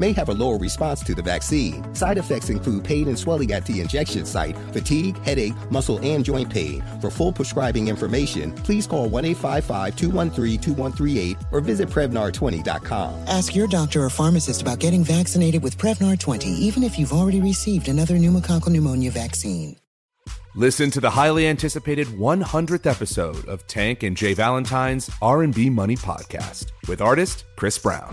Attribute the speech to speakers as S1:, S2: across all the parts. S1: may have a lower response to the vaccine. Side effects include pain and swelling at the injection site, fatigue, headache, muscle, and joint pain. For full prescribing information, please call 1 855 213 2138 or visit Prevnar20.com.
S2: Ask your doctor or pharmacist about getting vaccinated with Prevnar 20, even if you've already received another pneumococcal pneumonia vaccine.
S3: Listen to the highly anticipated 100th episode of Tank and Jay Valentine's R&B Money podcast with artist Chris Brown.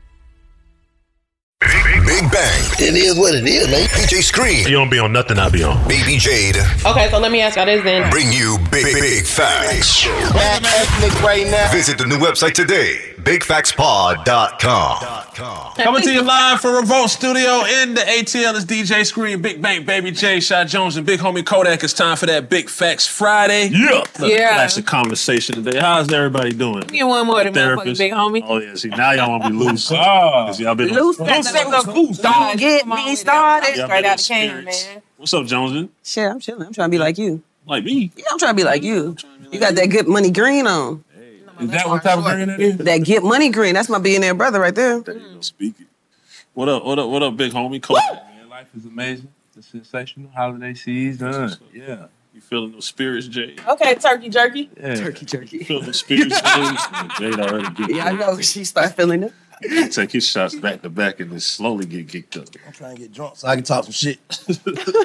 S4: Big Bang. It is what it is, man. PJ Screen. You don't be on nothing, I be on. Baby Jade.
S5: Okay, so let me ask y'all this then.
S4: Bring you big, big, facts. Black ethnic right now. Visit the new website today, bigfactspod.com.
S6: Coming to you live from Revolt Studio in the ATL is DJ Screen, Big Bang, Baby J, Shot Jones, and Big Homie Kodak. It's time for that Big Facts Friday. Yeah, the
S5: Yeah.
S6: classic conversation today. How's everybody doing?
S5: Give me one more to motherfucking
S6: Therapist.
S5: big homie.
S6: Oh yeah, see now y'all want to be loose. Cause y'all been
S5: Loose
S6: Don't say
S5: no goose. Don't get me started.
S6: Y'all
S5: Straight
S6: been
S5: out the can,
S6: experienced.
S5: man.
S6: What's up, Jonesy?
S7: Shit, I'm chilling. I'm trying to be like you.
S6: Like me?
S7: Yeah, I'm trying to be like you. You got that good money green on.
S6: Is that what type of green that is?
S7: That get money green. That's my billionaire brother right there.
S6: Speaking. What up? What up? What up, Big Homie Kodak? Man, life is amazing. It's sensational. Holiday season. Yeah. You feeling those spirits, Jay?
S5: Okay, turkey jerky.
S6: Yeah.
S7: Turkey jerky.
S6: Feel the spirits. Jade Jade already get
S7: Yeah, I know. She start feeling it.
S6: Take his shots back to back and then slowly get kicked up.
S8: I'm trying to get drunk so I can talk some shit.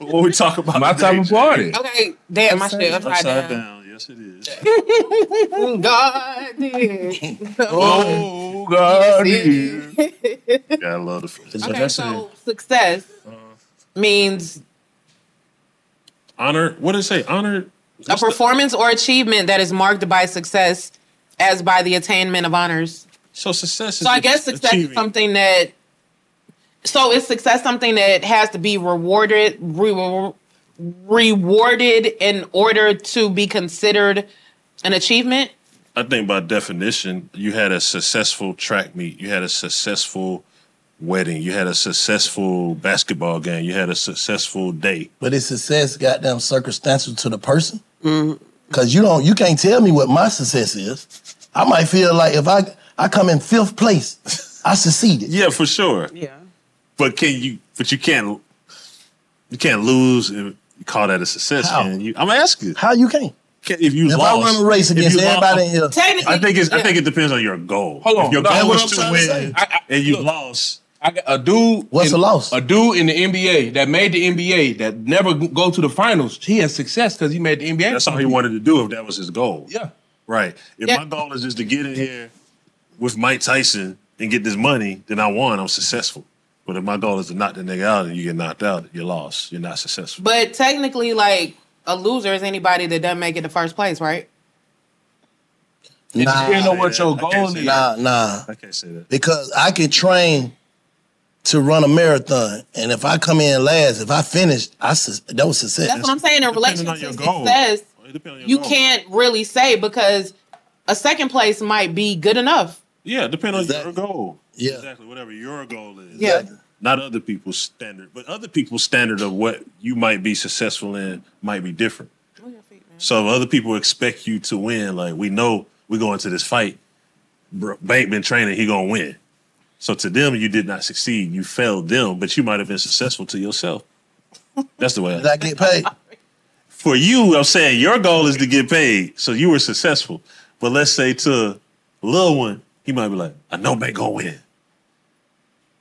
S6: What we talk about?
S8: My
S6: today,
S8: type of party.
S5: Okay, damn, my shit
S6: Upside,
S5: upside
S6: down.
S5: down.
S6: Yes, it is.
S5: God damn.
S6: Oh God!
S5: Yes,
S6: I love the food.
S5: Okay, so success means
S6: honor. What did it say? Honor.
S5: a performance or achievement that is marked by success as by the attainment of honors.
S6: So success. Is
S5: So I guess success
S6: achieving.
S5: is something that. So is success something that has to be rewarded, re- rewarded in order to be considered an achievement?
S6: I think by definition, you had a successful track meet, you had a successful wedding, you had a successful basketball game, you had a successful day.
S5: Mm-hmm.
S8: But is success goddamn circumstantial to the person? Cause you don't, you can't tell me what my success is. I might feel like if I I come in fifth place, I succeeded.
S6: Yeah, for sure. Yeah. But can you? But you can't. You can't lose and call that a success.
S8: How?
S6: Can you? I'm asking.
S8: How you can?
S6: not If you
S8: If I
S6: lost,
S8: run a race
S6: if
S8: against
S6: you lost-
S8: everybody in here- Technically,
S6: I think it's. I
S8: yeah.
S6: think it depends on your goal.
S9: Hold on,
S6: If your
S9: no,
S6: goal
S9: what
S6: was
S9: I'm
S6: to
S9: trying to say-
S6: win, and you lost.
S9: I got a dude. What's a loss? A dude in the NBA that made the NBA that never g- go to the finals. He has success because he made the NBA.
S6: That's all he wanted to do if that was his goal.
S9: Yeah.
S6: Right. If my goal is just to get in here with Mike Tyson and get this money, then I won. I'm successful. But if my goal is to knock the nigga out and you get knocked out, you lost. You're not successful.
S5: But technically, like a loser is anybody that doesn't make it to first place, right?
S9: It depends on what your
S8: goal is. Nah, nah.
S6: I can't say that.
S8: Because I can train to run a marathon, and if I come in last, if I finished, I su- that was success.
S5: That's what I'm saying. In relation to success, you
S8: goal.
S5: can't really say because a second place might be good enough.
S6: Yeah, depending on your goal.
S8: Yeah.
S6: Exactly. Whatever your goal is.
S5: Yeah.
S6: Not other people's standard, but other people's standard of what you might be successful in might be different.
S8: Oh,
S6: So if other people expect you to win, like we know we go into this fight, bro, Bankman training, he gonna win. So to them, you did not succeed. You failed them, but you might have been successful to yourself. That's the way. I,
S8: Did I get paid?
S6: For you, I'm saying your goal is to get paid, so you were successful. But let's say to Lil one, he might be like, I know Bank gonna win.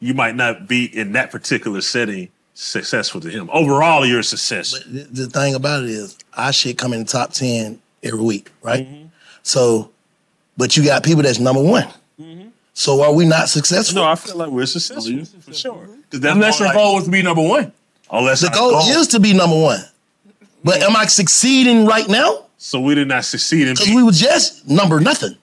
S6: You might not be in that particular setting successful to him. Overall, you're a success.
S8: the, the thing about it is, I should come in the top ten every week, right?
S9: Mm-hmm.
S8: So, but you got people that's number one.
S9: Mm-hmm.
S8: So are we not successful?
S6: No, I feel like we're successful for sure. 'Cause that's
S9: Unless
S6: more
S9: your
S6: like-
S9: goal was to be number one.
S6: Unless
S8: the
S6: our
S8: goal,
S6: goal-
S8: is to be number one. But am I succeeding right now?
S6: So we did not succeed in
S8: Because we were just number nothing.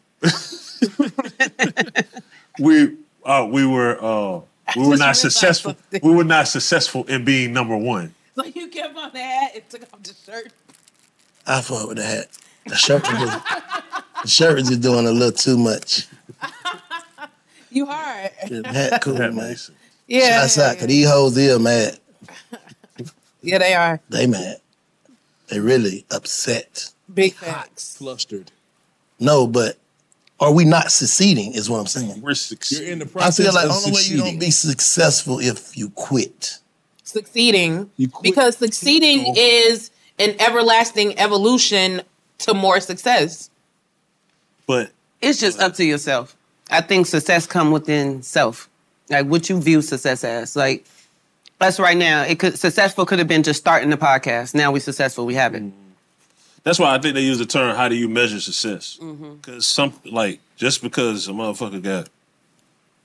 S6: we uh, we were uh, we were not successful. We were not successful in being number one.
S5: So you kept on the hat and took off the shirt.
S8: I fuck with the hat. The shirt was just, the shirt was just doing a little too much.
S5: You hard.
S8: The hat cool, man.
S5: Yeah.
S8: Shots out, cause these hoes here mad.
S5: Yeah, they are.
S8: They mad. They really upset.
S5: Big facts.
S8: Flustered. No, but are we not succeeding? Is what I'm saying.
S6: We're succeeding.
S9: You're in the
S8: I
S9: process
S8: feel like
S9: of
S8: the only way you don't
S9: succeeding.
S8: be successful if you quit.
S5: Succeeding. Because succeeding is an everlasting evolution to more success.
S6: But
S7: it's just up to yourself. I think success come within self, like what you view success as. Like us right now, it could successful could have been just starting the podcast. Now we successful. We have it.
S6: That's why I think they use the term "How do you measure success?"
S5: Mm-hmm.
S6: Because some like just because a motherfucker got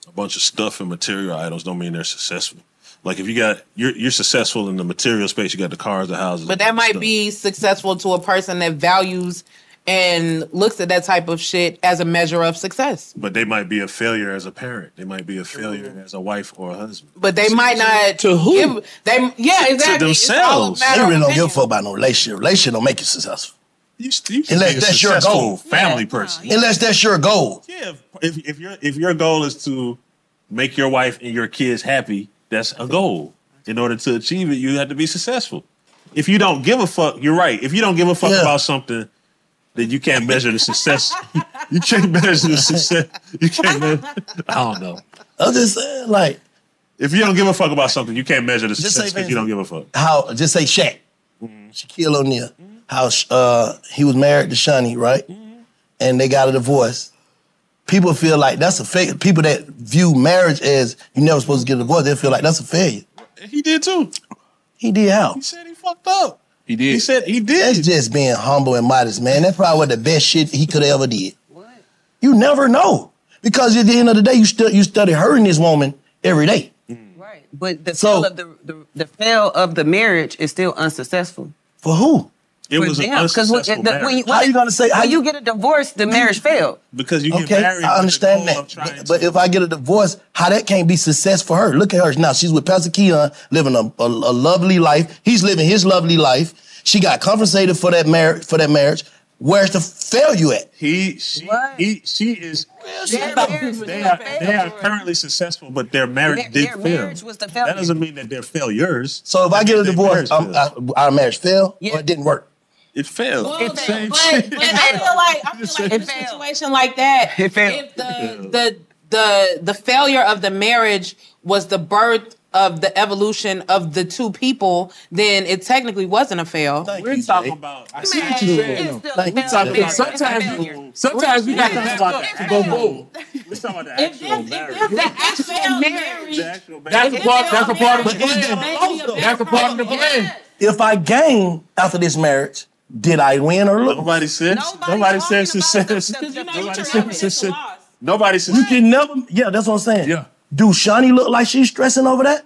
S6: a bunch of stuff and material items don't mean they're successful. Like if you got you're you're successful in the material space, you got the cars, the houses,
S5: But that might be successful to a person that values and looks at that type of shit as a measure of success.
S6: But they might be a failure as a parent. They might be a failure as a wife or a husband.
S5: But they might not
S6: to who?
S5: give they yeah,
S6: To
S5: exactly. It's all a
S6: themselves.
S5: matter
S8: They
S5: of
S8: really don't
S5: opinion.
S8: give a fuck about no relationship. Relationship don't make you successful.
S6: You,
S8: unless
S6: be a
S8: that's your
S6: successful
S8: goal.
S6: family person.
S8: Unless that's your goal.
S6: Yeah, if, if your if your goal is to make your wife and your kids happy, that's a goal. In order to achieve it, you have to be successful. If you don't give a fuck, you're right. If you don't give a fuck about something, then you can't measure the success. you can't measure the success. You can't. Measure, I don't know.
S8: I'm just saying, like,
S6: if you don't give a fuck about something, you can't measure the
S8: Just
S6: success
S8: say
S6: because you don't give a fuck.
S8: How just say Shaq, Shaquille O'Neal. How uh, he was married to Shani, right? And they got a divorce. People feel like that's a failure. People that view marriage as you're never supposed to get a divorce, they feel like that's a failure.
S6: He did too.
S8: He did how?
S6: He said he fucked up.
S9: He did.
S8: He
S6: said he did.
S8: That's just being humble and modest, man. That's probably what the best shit he could have ever did. You never know because at the end of the day, you still you study hurting this woman every day.
S7: But the fail of the, the the fail of the marriage is still unsuccessful.
S8: For who?
S6: It
S7: For
S6: was an
S7: them, 'cause when-
S6: unsuccessful
S7: the- when you-
S6: marriage.
S7: How you
S8: gonna say- how
S7: when
S8: you-
S7: you get a divorce, the marriage failed.
S6: because you
S8: okay, I understand that. But, but if I get a divorce, how that can't be success for her? Look at her now. She's with Pastor Keon, living a, a, a lovely life. He's living his lovely life. She got compensated for that marriage. For that marriage, where's the failure at?
S6: He, she, he, she is.
S7: Their marriage was
S6: They
S7: the
S6: are,
S7: fail.
S6: they are currently successful, but their marriage
S7: Their-
S6: did
S7: their
S6: fail.
S7: marriage was the
S6: That
S7: failure.
S6: doesn't mean that they're failures.
S8: So if I get a divorce,
S6: marriage
S8: um, I, our marriage failed or it didn't work.
S6: It failed.
S5: Well, they- but, but I feel like I feel like in a situation like that,
S6: It failed.
S5: if the, the the the failure of the marriage was the birth of the evolution of the two people, then it technically wasn't a fail. We're talking about
S6: I
S5: see
S6: what you're saying.
S5: We're
S6: talking about-
S5: sometimes
S6: sometimes we gotta talk about that. Go
S5: forward.
S6: Let's talk about the actual marriage.
S5: The actual marriage.
S8: That's a part. That's a part of the plan. That's a part of the plan. If I gain after this marriage, did I win or lose? Nobody
S6: says.
S8: Nobody says success.
S5: Nobody
S8: says success.
S6: Nobody says.
S8: You can never. Yeah, that's what I'm saying. Yeah. Do Shani look like she's stressing over that?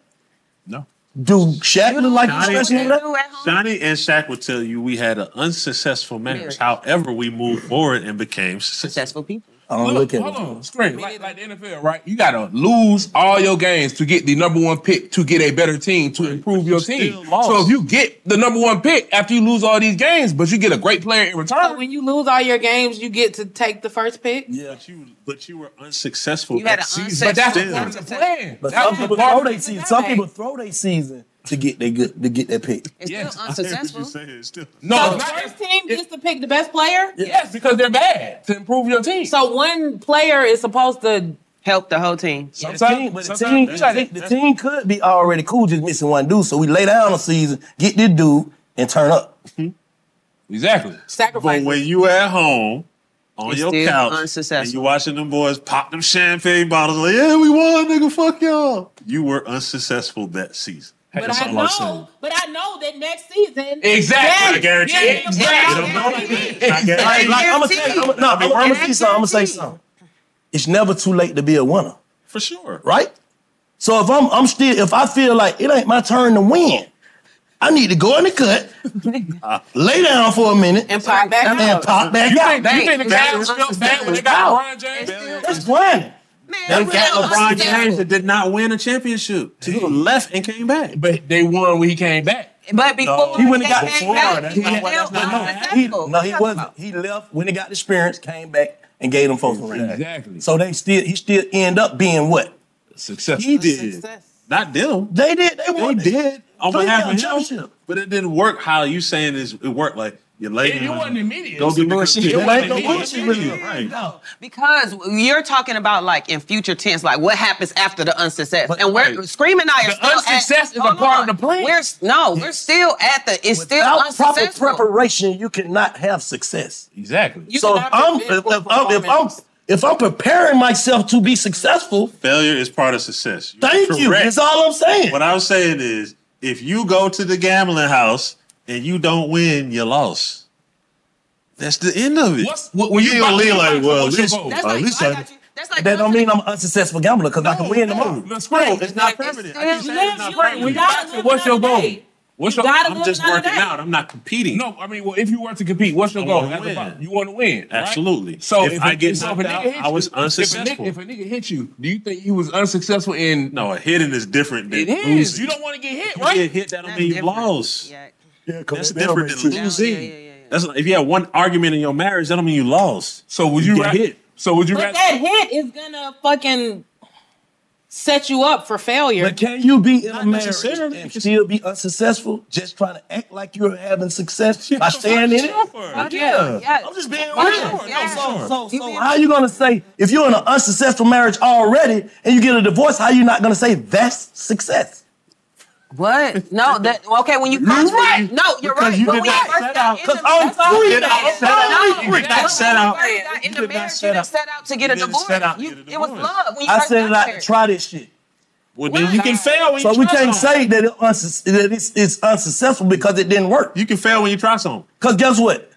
S6: No.
S8: Do Shaq look like he's
S6: Johnny,
S8: stressing over that?
S6: Johnny and Shaq would tell you we had an unsuccessful marriage.
S8: Marriage.
S6: However, we moved forward and became successful
S7: people.
S8: I don't
S6: look,
S9: Hold on, it's great. Like, like the NFL, right? You gotta lose all your games to get the number one pick to get a better team to improve your team. So if you get the number one pick after you lose all these games, but you get a great player in return,
S5: So when you lose all your games, you get to take the first pick.
S6: Yeah, but you but you were unsuccessful.
S5: You had
S6: that
S5: an
S6: season.
S5: unsuccessful
S6: Still.
S5: part of the plan.
S8: But
S6: That
S8: some
S6: was
S8: people
S6: part-
S8: throw their season. Some people throw their season to get their good to get their pick.
S5: It's still unsuccessful.
S9: No,
S5: so
S9: it's
S5: the
S9: not-
S5: first team gets to pick the best player.
S9: Yes, because they're bad to improve your team.
S5: So one player is supposed to
S7: help the whole team.
S8: Sometimes, but the team, the team could be already cool, just missing one dude. So we lay down a season, get this dude, and turn up.
S9: Exactly.
S6: But when you at home on
S8: It's
S6: your
S8: still
S6: couch and you watching them boys pop them champagne bottles, like yeah, we won, nigga, fuck y'all. You were unsuccessful that season.
S5: But
S6: That's
S5: I
S6: all I'm saying.
S5: know, but I know that next season.
S6: Exactly. I guarantee it.
S5: yeah,
S6: Exactly.
S5: yeah,
S6: I guarantee it.
S8: Like, like, I'm gonna tell you, I'm, no, I'm, I'm gonna say something. I'm gonna say something. It's never too late to be a winner,
S6: For sure.
S8: right? So if I'm, I'm still, if I feel like it ain't my turn to win, I need to go in the cut, lay down for a minute, and
S5: pop back
S8: and
S5: out.
S8: pop back
S9: You
S8: out.
S9: think- you think the Cavs felt bad when they got LeBron James?
S8: That's one.
S6: Them cat
S9: Real
S6: LeBron
S9: unsuccessful.
S6: James that did not win a championship. He left and came back.
S9: But they won when he came back.
S7: But
S6: before
S8: he went and
S6: they
S8: got
S6: came
S8: before,
S6: back,
S8: that's
S6: he
S8: not what-
S6: was
S8: that's not- no, he, no, he wasn't. He left when he got the experience, came back and gave them folks a ring. Exactly. So they still, he still end up being what?
S6: Success.
S8: He did.
S6: Not them.
S8: They did. They won.
S6: They did. On
S8: Three
S6: behalf
S8: damn
S6: of him. But it didn't work how you saying is it worked like you laid
S9: It
S6: down.
S9: wasn't immediate.
S6: Go get bullshit.
S9: It wasn't
S6: immediate. Right.
S7: No, because you're talking about like in future tense, like what happens after the unsuccess, and we're screaming. I are
S9: The
S7: still at-
S9: unsuccess is a
S7: Hold
S9: part
S7: on.
S9: of the plan.
S7: We're s- no, we're still at the. It's still
S8: Without proper
S7: unsuccessful.
S8: preparation, you cannot have success.
S9: Exactly.
S8: so if I'm if, if I'm if I'm if I'm preparing myself to be successful,
S6: Failure is part of success. You're
S8: Thank you. That's all I'm saying.
S6: What I'm saying is if you go to the gambling house and you don't win, you lost. That's the end of it.
S9: What's,
S8: when you buy-
S6: gonna leave
S8: you
S6: like,
S8: buy-
S6: well, uh, at
S8: what's
S6: least,
S8: your goal?
S6: at
S8: That's like-
S6: least
S8: I
S6: I-
S8: got that don't mean I'm an unsuccessful gambler because I can win the money.
S9: That's great.
S8: it's not permanent. I keep saying it's not
S9: When
S8: permanent.
S9: you boxing, what's your goal? What's your?
S6: I'm just working out. I'm not competing.
S9: No, I mean, well, if you were to compete, what's your
S6: I
S9: goal?
S6: wanna
S9: As a
S6: win.
S9: boxer? You want to win. right?
S6: Absolutely.
S9: So
S6: If
S9: if
S6: I
S9: a-
S6: get
S9: so if a
S6: knocked
S9: nigga
S6: out,
S9: hit
S6: I was
S9: you- if a nigga-
S6: unsuccessful.
S9: If a nigga hit you, do you think you was unsuccessful in?
S6: No, a hitting is different than
S9: It is.
S6: losing.
S9: You don't want to get hit,
S6: You
S9: right?
S6: get hit, that don't mean you lost. Yeah,
S9: that
S6: that's
S9: don't
S6: different
S9: make
S6: than losing. That's not- if you had one argument in your marriage, that don't mean you lost.
S9: So would
S6: you,
S9: you
S6: get
S9: ra-
S6: hit?
S9: So would
S5: But that hit is gonna fucking set you up for failure.
S8: But can you be in a marriage and still be unsuccessful just trying to act like you're having success by staying in it?
S5: Fuck
S8: Yeah.
S5: yes.
S8: I'm just being
S5: Fuck
S8: real.
S5: yes, yes.
S8: So how you gonna say if you're in an unsuccessful marriage already and you get a divorce? How you not gonna say that's success?
S7: What? No, that okay. When you
S8: You're
S7: first
S8: right.
S7: no, you're
S8: Because
S7: right.
S8: you
S7: When
S8: did
S7: we
S8: not
S7: first
S8: set
S7: got
S8: out.
S7: into-
S8: 'Cause I'm
S7: that's all
S8: free.
S7: it
S8: You did
S7: is.
S8: not set out.
S7: No,
S8: You did not
S7: that's
S8: set
S7: when
S8: out.
S7: you first got
S8: You
S7: in the
S8: did not
S7: marriage,
S8: set
S7: you didn't
S8: out.
S7: set out to get a
S8: You didn't
S7: divorce.
S8: set out to
S7: You-
S8: get a
S7: It was
S8: divorce.
S7: love when you
S8: I
S7: first
S8: said
S7: got
S8: not to
S7: married.
S8: try this shit.
S6: Well, then you can fail when you
S8: So we
S6: try
S8: can't
S6: something.
S8: say that, it unsus- that it's, it's unsuccessful because it didn't work.
S6: You can fail when you try something.
S8: Because guess what?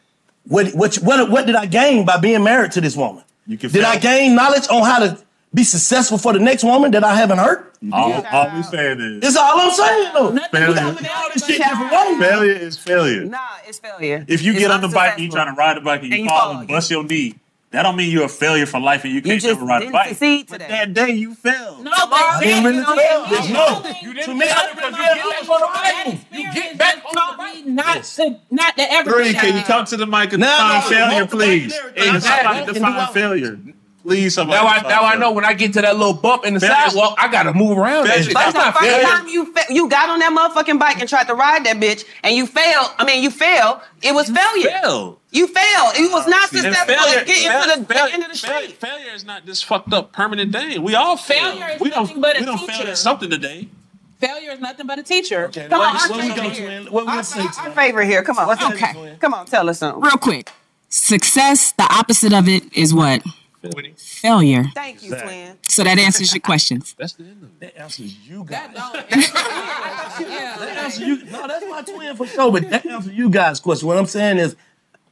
S8: What, what? what what did I gain by being married to this woman? You
S6: can
S8: did
S6: fail.
S8: I gain knowledge on how to be successful for the next woman that I haven't hurt?
S6: All, all we saying is
S8: That's all I'm saying though.
S6: failure. Failure is failure.
S7: Nah, it's failure.
S6: If you
S7: It's
S6: get on the bike and you try
S7: unsuccessful.
S6: to ride the bike and you,
S7: And you
S6: fall
S7: fall,
S6: and bust your knee, that don't mean you're a failure for life and you can't ever ride a
S7: didn't
S6: bike.
S7: succeed
S6: But
S7: today.
S6: that day you failed.
S5: No, but
S8: I didn't really fail. There's no.
S9: You didn't
S8: To me,
S9: fail
S8: I
S9: because you
S8: realized
S9: get
S8: I was
S9: back on the right. You get back on the right.
S5: Not to not to ever.
S6: Green, can you come to the mic and
S8: No, no,
S6: define failure,
S8: multiply
S6: please?
S8: and everything.
S6: Hey,
S8: I'm
S6: somebody
S8: sorry.
S6: define failure. Please, somebody.
S9: Now I now I know when I get to that little bump in the sidewalk, I gotta move around. that shit. That's
S7: That's the
S9: not
S7: first
S9: fair.
S7: time you fa- you got on that motherfucking bike and tried to ride that bitch and you failed. I mean, you failed. It was failure.
S6: failed.
S7: You failed. It was not
S6: And
S7: successful.
S6: failure-
S7: Failure, getting
S6: fail-
S7: to the,
S6: failure-
S7: the end of the street.
S6: Failure is not this fucked up permanent thing. We all fail. we don't, but we don't fail at something today.
S5: Failure is nothing but a teacher.
S7: Come on,
S5: let's-
S7: our
S5: let's
S7: favorite
S5: go,
S7: here.
S5: Twin.
S7: Our- our- our favorite here. Come on. Okay. Come on. Tell us something.
S10: Real quick. Success, the opposite of it is what? Failure.
S7: Thank you, twin.
S10: So that answers your questions.
S6: That's the end of it. That answers you guys.
S8: That answer you- no, that's my twin for sure. But that answer you guys' question. What I'm saying is,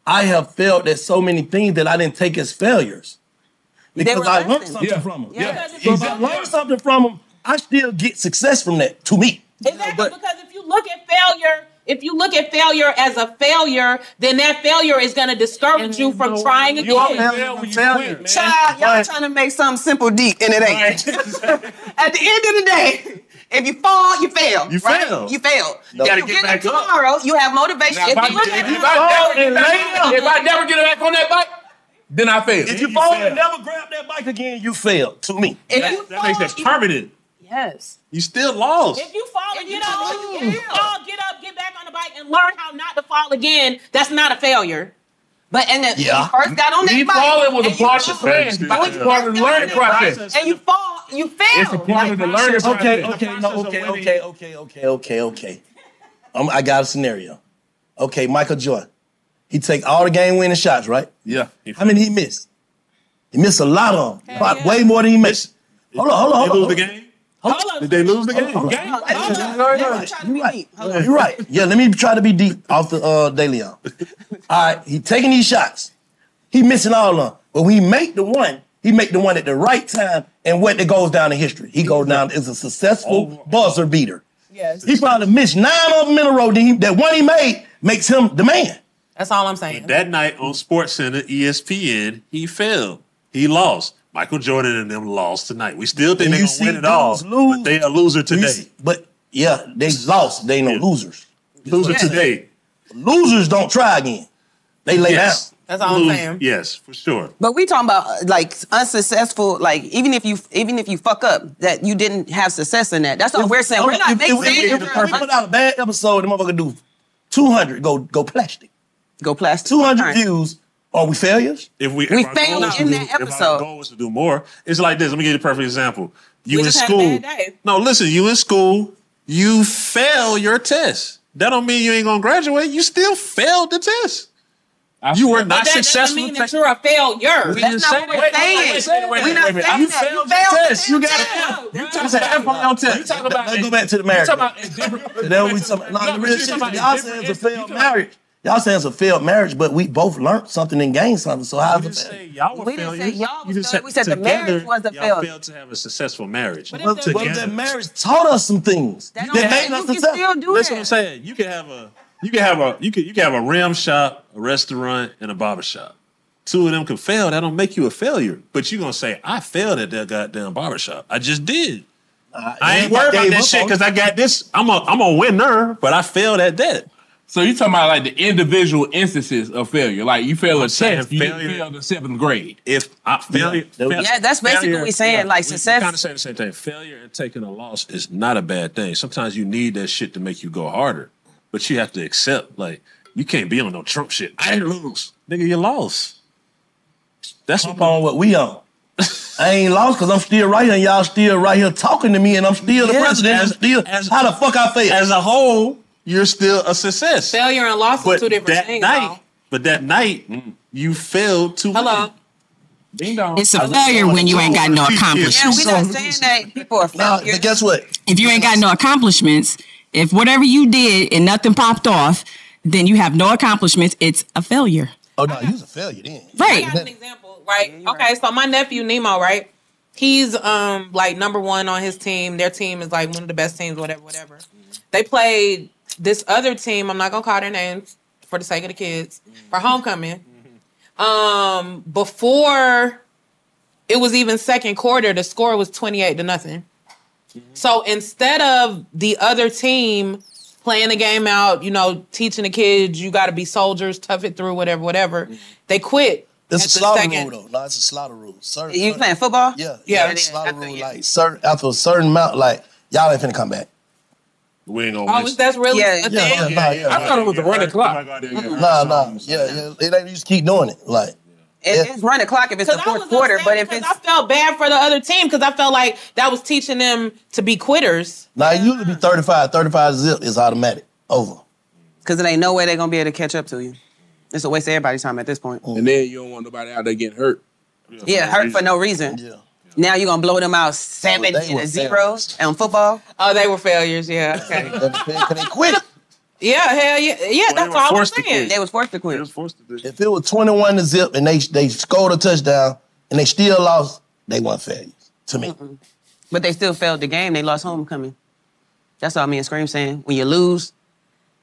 S8: I have failed at so many things that I didn't take as failures because I learned something
S6: Yeah.
S8: from them.
S6: Yeah. Yeah.
S8: So if I learned something from them, I still get success from that. To me,
S5: Exactly, because if you look at failure, if you look at failure as a failure, then that failure is going to discourage you from trying again.
S7: Child, y'all trying to make something simple deep, and it ain't. At the end of the day, if you fall, you fail.
S6: You
S7: right?
S6: fail.
S7: You fail.
S6: You
S7: If
S6: gotta get back up.
S7: tomorrow, You have motivation.
S9: Now, if I-
S7: you look
S9: if
S7: at
S9: you-
S7: it-
S9: if I never get back-
S7: oh,
S9: if I never get back on that bike, then I fail.
S8: if you fall and never grab that bike again, you failed. To me,
S9: If That- you that makes fall, that you- permanent.
S5: Yes.
S8: You still lost.
S5: If you fall and get up, if you fall, get up, get back on the bike, and learn how not to fall again, that's not a failure.
S7: But and then
S9: Yeah.
S7: you first got on that
S9: Me
S7: bike.
S9: falling was a
S7: and you
S9: part of the
S7: fall.
S9: plan.
S7: But when
S9: It's
S7: you
S9: part of
S7: first
S9: the
S7: got on
S9: learning
S7: that bike
S9: process.
S7: And you fall, you fail.
S9: It's a part of the learning process.
S8: Okay,
S9: The
S8: okay, no,
S9: process of
S8: okay,
S9: winning.
S8: okay, okay, okay, okay, okay. Um, I got a scenario. Okay, Michael Jordan. He take all the game winning shots, right?
S6: Yeah.
S8: How many he missed? He missed a lot of them. Probably Way more than he missed. Hold on, hold on, hold on. Did they lose the game?
S6: Did they lose the game?
S8: You're right. You're right. Yeah, let me try to be deep off the uh, De Leon. All right, he taking these shots. He missing all of them. But when he make the one, he make the one at the right time, and what that goes down in history. He goes down as a successful buzzer beater.
S5: Yes.
S8: He probably missed nine of them in a row. Then he, that one he made makes him the man.
S5: That's all I'm saying.
S6: That night on Sports Center, E ESPN, he failed. He lost. Michael Jordan and them lost tonight. We still think
S8: And
S6: they're
S8: you
S6: gonna win
S8: see
S6: it all, but they a loser today.
S8: But yeah, they lost. They no losers.
S6: Loser today.
S8: Losers don't try again. They lay
S6: Yes.
S8: down.
S7: That's all I'm
S6: Lose-
S7: saying.
S6: Yes, for sure.
S7: But we talking about uh, like unsuccessful, like even if you even if you fuck up, that you didn't have success in that. That's all we're saying. We're not
S8: if,
S7: making
S8: if- if- if we put out a bad episode, the motherfucker do 200, go go plastic.
S7: Go plastic.
S8: 200 views. Are we failures?
S6: If we,
S8: We
S6: if our goal
S8: failed
S6: was to
S8: in
S6: do-
S8: that
S6: If our
S8: episode.
S6: goal was to do more, it's like this. Let me give you a perfect example. You
S8: We
S6: in
S8: just had a
S6: school.
S8: bad day.
S6: No, listen. You in school. You fail your test. That don't mean you ain't gonna graduate. You still failed the test. you were not
S5: But that doesn't
S6: successful.
S5: mean that you're a failure.
S6: We
S5: That's
S6: didn't
S5: not
S6: say
S5: what we're
S6: that. Wait, wait,
S5: saying.
S6: wait, wait, wait,
S5: We're not
S6: wait, wait.
S5: saying
S6: You
S5: that.
S6: failed
S5: You failed
S6: the
S5: the
S6: test. You got to You talking about on test. You talking about
S8: Let's go back to the marriage.
S6: You talking about
S8: Now we talking
S6: No,
S8: no, the
S6: but
S8: real
S6: you
S8: shit.
S6: talking about
S8: Y'all
S6: it's
S8: saying
S6: different-
S8: it's a failed marriage. Y'all saying it's a failed marriage, but we both learned something and gained something. So how's it failed?
S6: y'all were
S7: We didn't say
S6: failures.
S7: y'all
S6: You
S7: was
S6: just
S7: failures. We said the marriage
S6: together,
S7: was a
S6: y'all
S7: failure.
S6: failed to have a successful marriage.
S8: Well,
S6: Together.
S8: that marriage taught us some things that made us successful.
S6: That's what I'm saying. You can have a you can have a you can you can have a rim shop, a restaurant, and a barber shop. Two of them can fail. That don't make you a failure. But you're gonna say, I failed at that goddamn barber shop. I just did. I ain't worried about
S9: gave
S6: that
S9: up
S6: shit
S9: on
S6: because I got this. I'm a I'm a winner, but I failed at that.
S9: So you talking about like the individual instances of failure? Like you fail a
S6: saying
S9: test, you
S6: failure-
S9: didn't fail the seventh grade.
S6: If I failure, fail-
S7: Yeah, that's basically
S6: failure-
S7: what we're saying. like
S6: we- we
S7: success.
S6: kinda saying the same thing. Failure and taking a loss is not a bad thing. Sometimes you need that shit to make you go harder, but you have to accept like you can't be on no Trump shit. I didn't lose, nigga. You lost. That's
S8: Keep on what we on. I ain't lost because I'm still right here, and y'all still right here talking to me, and I'm still the
S6: Yes,
S8: president.
S6: as-
S8: I'm still
S6: as-
S8: how the fuck I fail
S6: as a whole. You're still a success.
S5: Failure and loss are
S6: But
S5: two different
S6: that
S5: things.
S6: night,
S5: y'all.
S6: but that night mm, you failed to
S5: Hello.
S6: Ding dong.
S10: It's a failure when you ain't got no accomplishments.
S7: saying that people are failures.
S8: but guess what?
S10: If you ain't got no accomplishments, if whatever you did and nothing popped off, then you have no accomplishments. It's a failure.
S8: Oh no, you was a failure then.
S10: Right.
S5: I got an example, right? okay, so my nephew Nemo, right? He's um like number one on his team. Their team is like one of the best teams, whatever, whatever. They played this other team. I'm not gonna call their names for the sake of the kids for homecoming. Um, before it was even second quarter, the score was 28 to nothing. So instead of the other team playing the game out, you know, teaching the kids you got to be soldiers, tough it through, whatever, whatever, they quit
S8: It's
S7: At
S8: a
S7: the
S8: slaughter
S7: second-
S8: rule, though. No, it's a slaughter rule. Sir,
S7: You playing football?
S8: Yeah,
S7: yeah.
S8: it's a slaughter rule.
S7: yeah.
S8: Like, certain, after a certain amount, like, y'all ain't finna come back.
S6: We ain't
S5: Oh, is that's really a thing?
S8: Yeah, nah, yeah,
S5: I thought it was a running
S6: clock.
S8: Nah, nah. Yeah, yeah. They, they just keep doing it. Like,
S7: It, It's run the clock if it's the fourth quarter, but if it's
S5: I felt bad for the other team because I felt like that was teaching them to be quitters.
S8: now it usually be 35, 35 zip is automatic. Over.
S7: because it ain't no way they're gonna be able to catch up to you. It's a waste of everybody's time at this point.
S8: Oh.
S9: And then you don't want nobody out there getting hurt.
S7: Yeah, hurt for no reason. Yeah. Now you're gonna blow them out seven
S9: Well, they were
S7: to zero on football.
S5: Oh, they were failures. Yeah. Okay.
S8: Can they quit?
S5: Yeah, hell yeah, yeah. that's all I'm saying.
S7: They was forced to quit.
S8: If it was 21 to zip and they they scored a touchdown and they still lost, they won failures to me.
S7: But they still failed the game. They lost homecoming. That's all me and Scream saying. When you lose,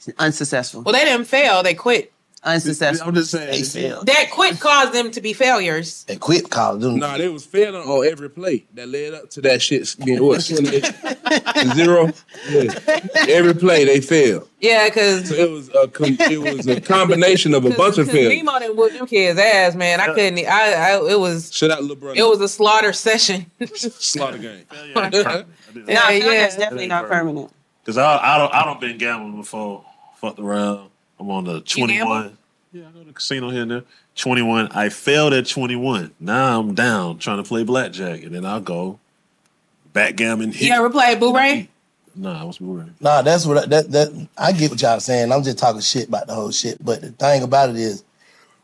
S7: it's unsuccessful.
S5: Well, they didn't fail. They quit.
S7: Unsuccessful.
S8: I'm just saying. They failed.
S5: That quit caused them to be failures.
S8: They quit college. didn't
S9: Nah, they was failing on every play that led up to that shit being what 28 zero. Yeah. Every play they failed.
S5: Yeah, because
S9: So it was a com- it was a combination of a bunch of failures.
S5: Nemo didn't whoop them kids' ass, man. I couldn't. e- I, I it was
S9: Shout out, little brother.
S5: it was a slaughter session.
S9: slaughter game.
S7: No,
S5: yeah, yeah.
S7: it's definitely not permanent.
S6: Cause I, I don't I don't been gambling before. Fucked around. I'm on the twenty one. Yeah, I go to the casino here and there. Twenty one. I failed at twenty one. Now I'm down trying to play blackjack, and then I'll go backgammon. Hit.
S5: You ever played Booray?
S6: Nah, I was boring.
S8: Nah, that's what I, that that I get what y'all saying. I'm just talking shit about the whole shit. But the thing about it is,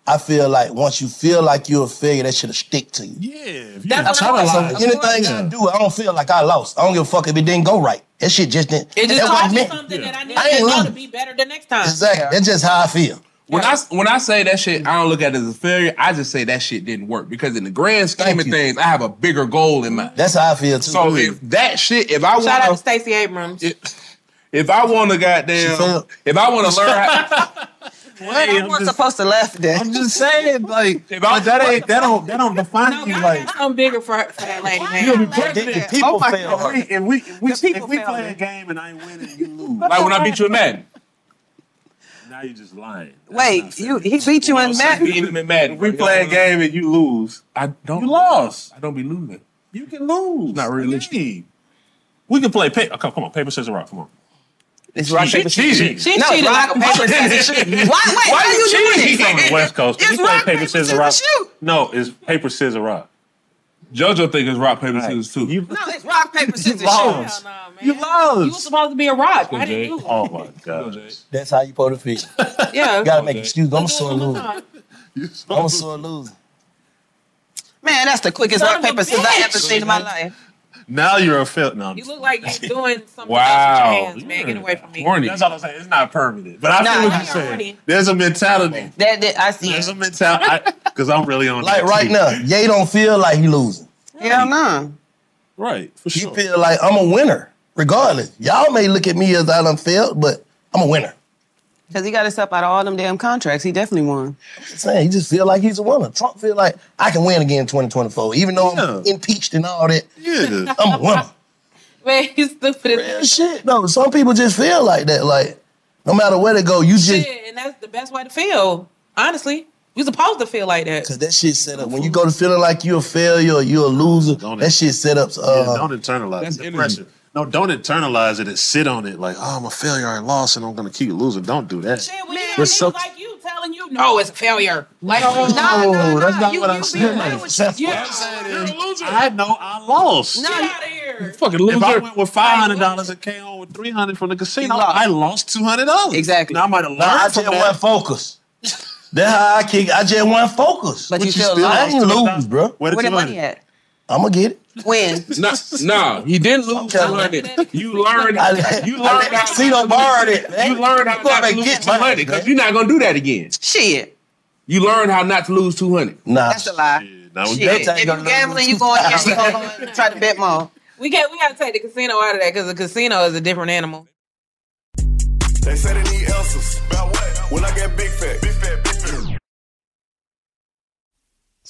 S8: I feel like once you feel like you're a failure, that should stick to you.
S6: Yeah,
S5: That's what I'm
S8: So
S5: saying.
S8: anything I do, I don't feel like I lost. I don't give a fuck if it didn't go right. That shit just didn't.
S5: It just
S8: that wasn't
S5: taught me
S8: meant.
S5: something that I need
S8: I ain't
S5: to know to
S8: lying.
S5: be better the next time.
S8: Exactly. That's just how I feel.
S9: When I when I say that shit, I don't look at it as a failure. I just say that shit didn't work because in the grand scheme of things, I have a bigger goal in mind.
S8: That's how I feel too.
S9: So if that shit, if I
S5: Shout out to
S9: want,
S5: Stacey Abrams.
S9: if I want to goddamn, if I want to learn how.
S7: What? I wasn't supposed to left that.
S11: I'm just saying, like, but that ain't that don't that don't define you. Like,
S5: I'm bigger for, for that lady. Man. Oh
S11: You'll be president.
S5: If
S11: people
S5: people
S11: fail.
S5: fail.
S11: If we, if we, if we,
S5: people
S11: if we
S5: fail
S11: play a
S5: it.
S11: game and I win and you lose,
S9: Like when I beat you in Madden.
S6: Now you just lying.
S7: Wait, you he beat you in Madden.
S9: him in Madden.
S11: we play a game and you lose.
S9: I don't.
S11: You lost.
S9: I don't be losing.
S11: You can lose.
S6: Not
S11: really.
S6: We can play paper. Come, come on, paper scissors rock. Come on.
S7: It's rock,
S6: She
S7: paper,
S6: cheated.
S7: scissors. She cheated like a paper, scissors, shoot. Why- wait, why are you doing
S6: She's
S7: this?
S6: on the West Coast.
S7: It's
S6: We play
S7: rock,
S6: paper scissors rock. No, it's paper scissors rock.
S9: JoJo think it's rock paper scissors too.
S11: You,
S7: No, it's rock paper scissors.
S11: lost.
S7: shoot.
S11: you
S5: You were
S11: lost.
S5: supposed to be a rock. Why didn't you?
S6: Oh my god.
S8: That's how you supposed to feel.
S5: Yeah.
S8: You gotta make excuses. I'm a sore loser.
S5: Son
S8: I'm a sore loser.
S7: Man, that's the quickest
S5: of
S7: rock
S5: a
S7: paper scissors I ever
S5: bitch.
S7: seen in my life.
S6: Now you're a fail.
S8: Um,
S6: No, I'm
S5: You look like you're doing something
S6: Wow.
S5: else with your hands, man. Get away from me.
S9: Horny.
S6: That's all I'm saying. It's not permanent. But I
S7: Nah,
S6: feel
S7: nah,
S6: what
S7: you're
S6: you're saying.
S7: horny.
S6: There's a mentality.
S7: That, that I see.
S6: There's a mentality. Because I'm really on
S8: Like
S6: that
S8: right
S6: too.
S8: now, Ye don't feel like he losing.
S7: Hell no.
S6: Right. For
S8: He feel like I'm a winner, regardless. Y'all may look at me as I done failed, but I'm a winner.
S7: Because he got himself out of all them damn contracts. He definitely won.
S8: Just saying, he just feel like he's a winner. Trump feel like I can win again in 2024, even though I'm impeached and all that.
S6: Yeah.
S8: I'm a winner.
S5: Man, he's stupid.
S8: Real
S5: as
S8: shit. No, some people just feel like that. Like no matter where they go, you just
S5: shit. And that's the best way to feel. Honestly, you're supposed to feel like that.
S8: that shit set up. When you go to feeling like you're a failure, or you're a loser. That shit set up.
S6: Yeah,
S8: Uh,
S6: don't internalize it. depression. No, don't internalize it and sit on it like, oh, I'm a failure. I lost and I'm going to keep losing. Don't do that.
S5: Shit, when you
S6: We're
S5: have
S6: so-
S5: niggas like you telling you, no, it's a failure. Like,
S8: no,
S5: no,
S8: that's not
S5: you,
S8: what
S5: you
S8: I'm
S5: be
S8: saying.
S5: real with
S8: That's
S5: you.
S8: what
S5: Yeah.
S6: You're a loser. I know I lost.
S5: Get out of here.
S6: Fucking loser. If I went with five hundred dollars and came home with three hundred from the casino,
S7: lost.
S6: I lost two hundred dollars. Exactly. Now I might have learned
S8: nah, I
S6: from
S8: just
S6: that.
S8: want focus. That's how I kick. I just want focus.
S7: But you still
S8: I
S7: lost.
S8: ain't lose, bro.
S6: Where
S7: Where the
S6: the
S7: money
S6: money?
S7: at?
S8: I'm gonna get it.
S7: When?
S9: No, no, he didn't lose. You learned it. You learned. You learned how
S8: See, no borrowed it. man.
S9: You learned how
S8: Go
S9: not
S8: back
S9: to lose
S8: get
S9: two
S8: mine,
S9: hundred
S8: man.
S9: because you're not gonna do that again.
S7: Shit.
S9: You learned how not to lose two hundred.
S8: Nah,
S7: That's a lie.
S6: Now we
S7: Shit.
S8: That's how you
S7: If
S8: gonna
S7: you gambling,
S8: lose.
S7: you going yeah, you gonna go and try to bet more.
S5: We got we got to take the casino out of that because the casino is a different animal.
S4: They say they need answers. About what? When I get big fat, big fat, big fat.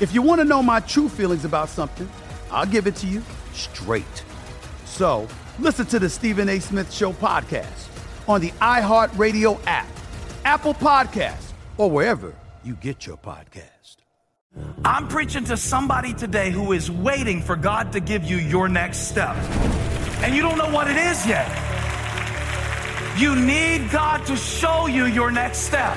S12: If you want to know my true feelings about something, I'll give it to you straight. So listen to the Stephen A. Smith Show podcast on the iHeartRadio app, Apple Podcasts, or wherever you get your podcast.
S13: I'm preaching to somebody today who is waiting for God to give you your next step. And you don't know what it is yet. You need God to show you your next step.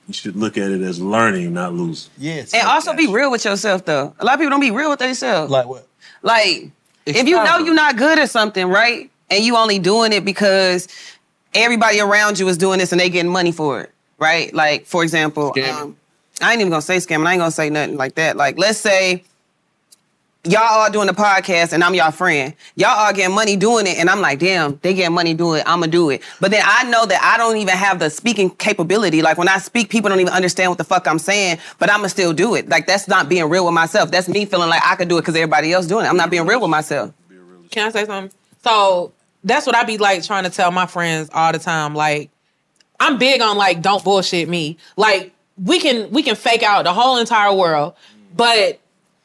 S6: you should look at it as learning, not losing.
S7: Yes. And also be real with yourself, though. A lot of people don't be real with themselves. Like what? Like, if you know you're not good at something, right? And you only doing it because everybody around you is doing this and they getting money for it, right? Like, for example, um, I ain't even gonna say scamming. I ain't gonna say nothing like that. Like, let's say y'all all doing the podcast and I'm y'all friend. Y'all all getting money doing it, and I'm like, damn, they getting money doing it. I'ma do it. But then I know that I don't even have the speaking capability. Like when I speak, people don't even understand what the fuck I'm saying, but I'ma still do it. Like that's not being real with myself. That's me feeling like I could do it because everybody else doing it. I'm not being real with myself.
S5: Can I say something? So that's what I be like trying to tell my friends all the time. Like, I'm big on like don't bullshit me. Like we can we can fake out the whole entire world, but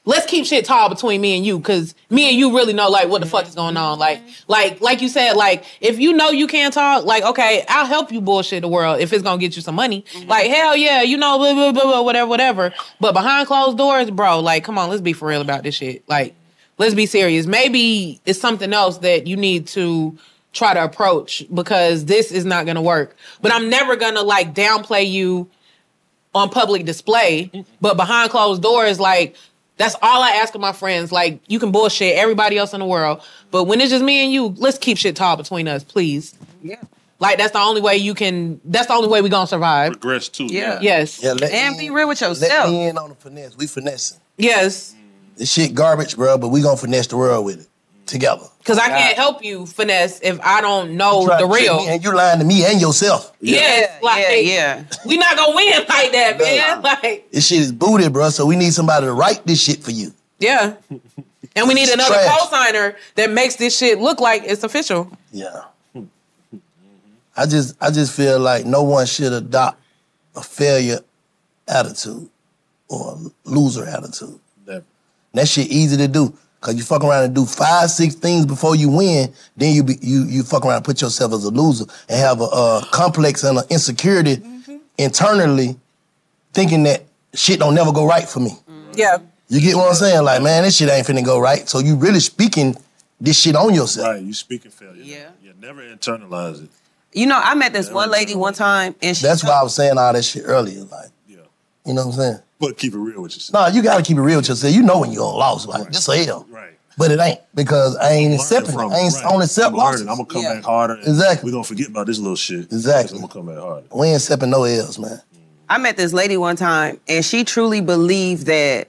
S5: let's keep shit tall between me and you, because me and you really know like what the fuck is going on. Like, like, like you said, like if you know you can't talk, like okay, I'll help you bullshit the world if it's gonna get you some money. Like hell yeah, you know, blah, blah, blah, blah, whatever, whatever. But behind closed doors, bro, like come on, let's be for real about this shit. Like, let's be serious. Maybe it's something else that you need to try to approach because this is not gonna work. But I'm never gonna like downplay you on public display, but behind closed doors, like that's all I ask of my friends. Like you can bullshit everybody else in the world, but when it's just me and you, let's keep shit tall between us, please.
S7: Yeah.
S5: Like that's the only way you can. That's the only way we gonna survive.
S6: Regress too.
S5: Yeah. Yes.
S8: Yeah, let
S7: and be real with
S8: Let
S7: yourself.
S8: me in on the finesse. We finessing.
S5: Yes.
S8: This shit garbage, bro, but we gonna finesse the world with it together.
S5: Because I can't help you finesse if I don't know
S8: Try
S5: the
S8: to trick
S5: real.
S8: me, and you lying to me and yourself.
S5: Yes, like yeah, we not gonna win like that, man. Like
S8: This shit is booted, bro. So we need somebody to write this shit for you.
S5: yeah, and we need
S8: It's
S5: another
S8: trash.
S5: co-signer that makes this shit look like it's official.
S8: Yeah. I just I just feel like no one should adopt a failure attitude or a loser attitude.
S6: Never.
S8: That shit easy to do. Cause you fuck around and do five, six things before you win, then you be, you you fuck around and put yourself as a loser and have a, uh complex and an insecurity internally, thinking that shit don't never go right for me.
S5: Yeah.
S8: You get what I'm saying? Like, man, this shit ain't finna go right. So you really speaking this shit on yourself.
S6: Right, you speaking failure. Yeah. Yeah, never internalize it.
S7: You know, I met this one lady one time, and she
S8: That's why I was saying all that shit earlier. Like, you know what I'm saying?
S6: But keep it real with yourself.
S8: Nah, you gotta keep it real with yourself. You know when you're on loss. Like, this a hell.
S6: Right.
S8: But it ain't because I ain't accepting it. I ain't I don't accept
S6: I'm
S8: losses.
S6: learning. I'm gonna come back harder.
S8: Exactly.
S6: We're gonna forget about this little shit.
S8: Exactly.
S6: I'm gonna come back harder.
S8: We ain't accepting no L's, man.
S7: I met this lady one time and she truly believed that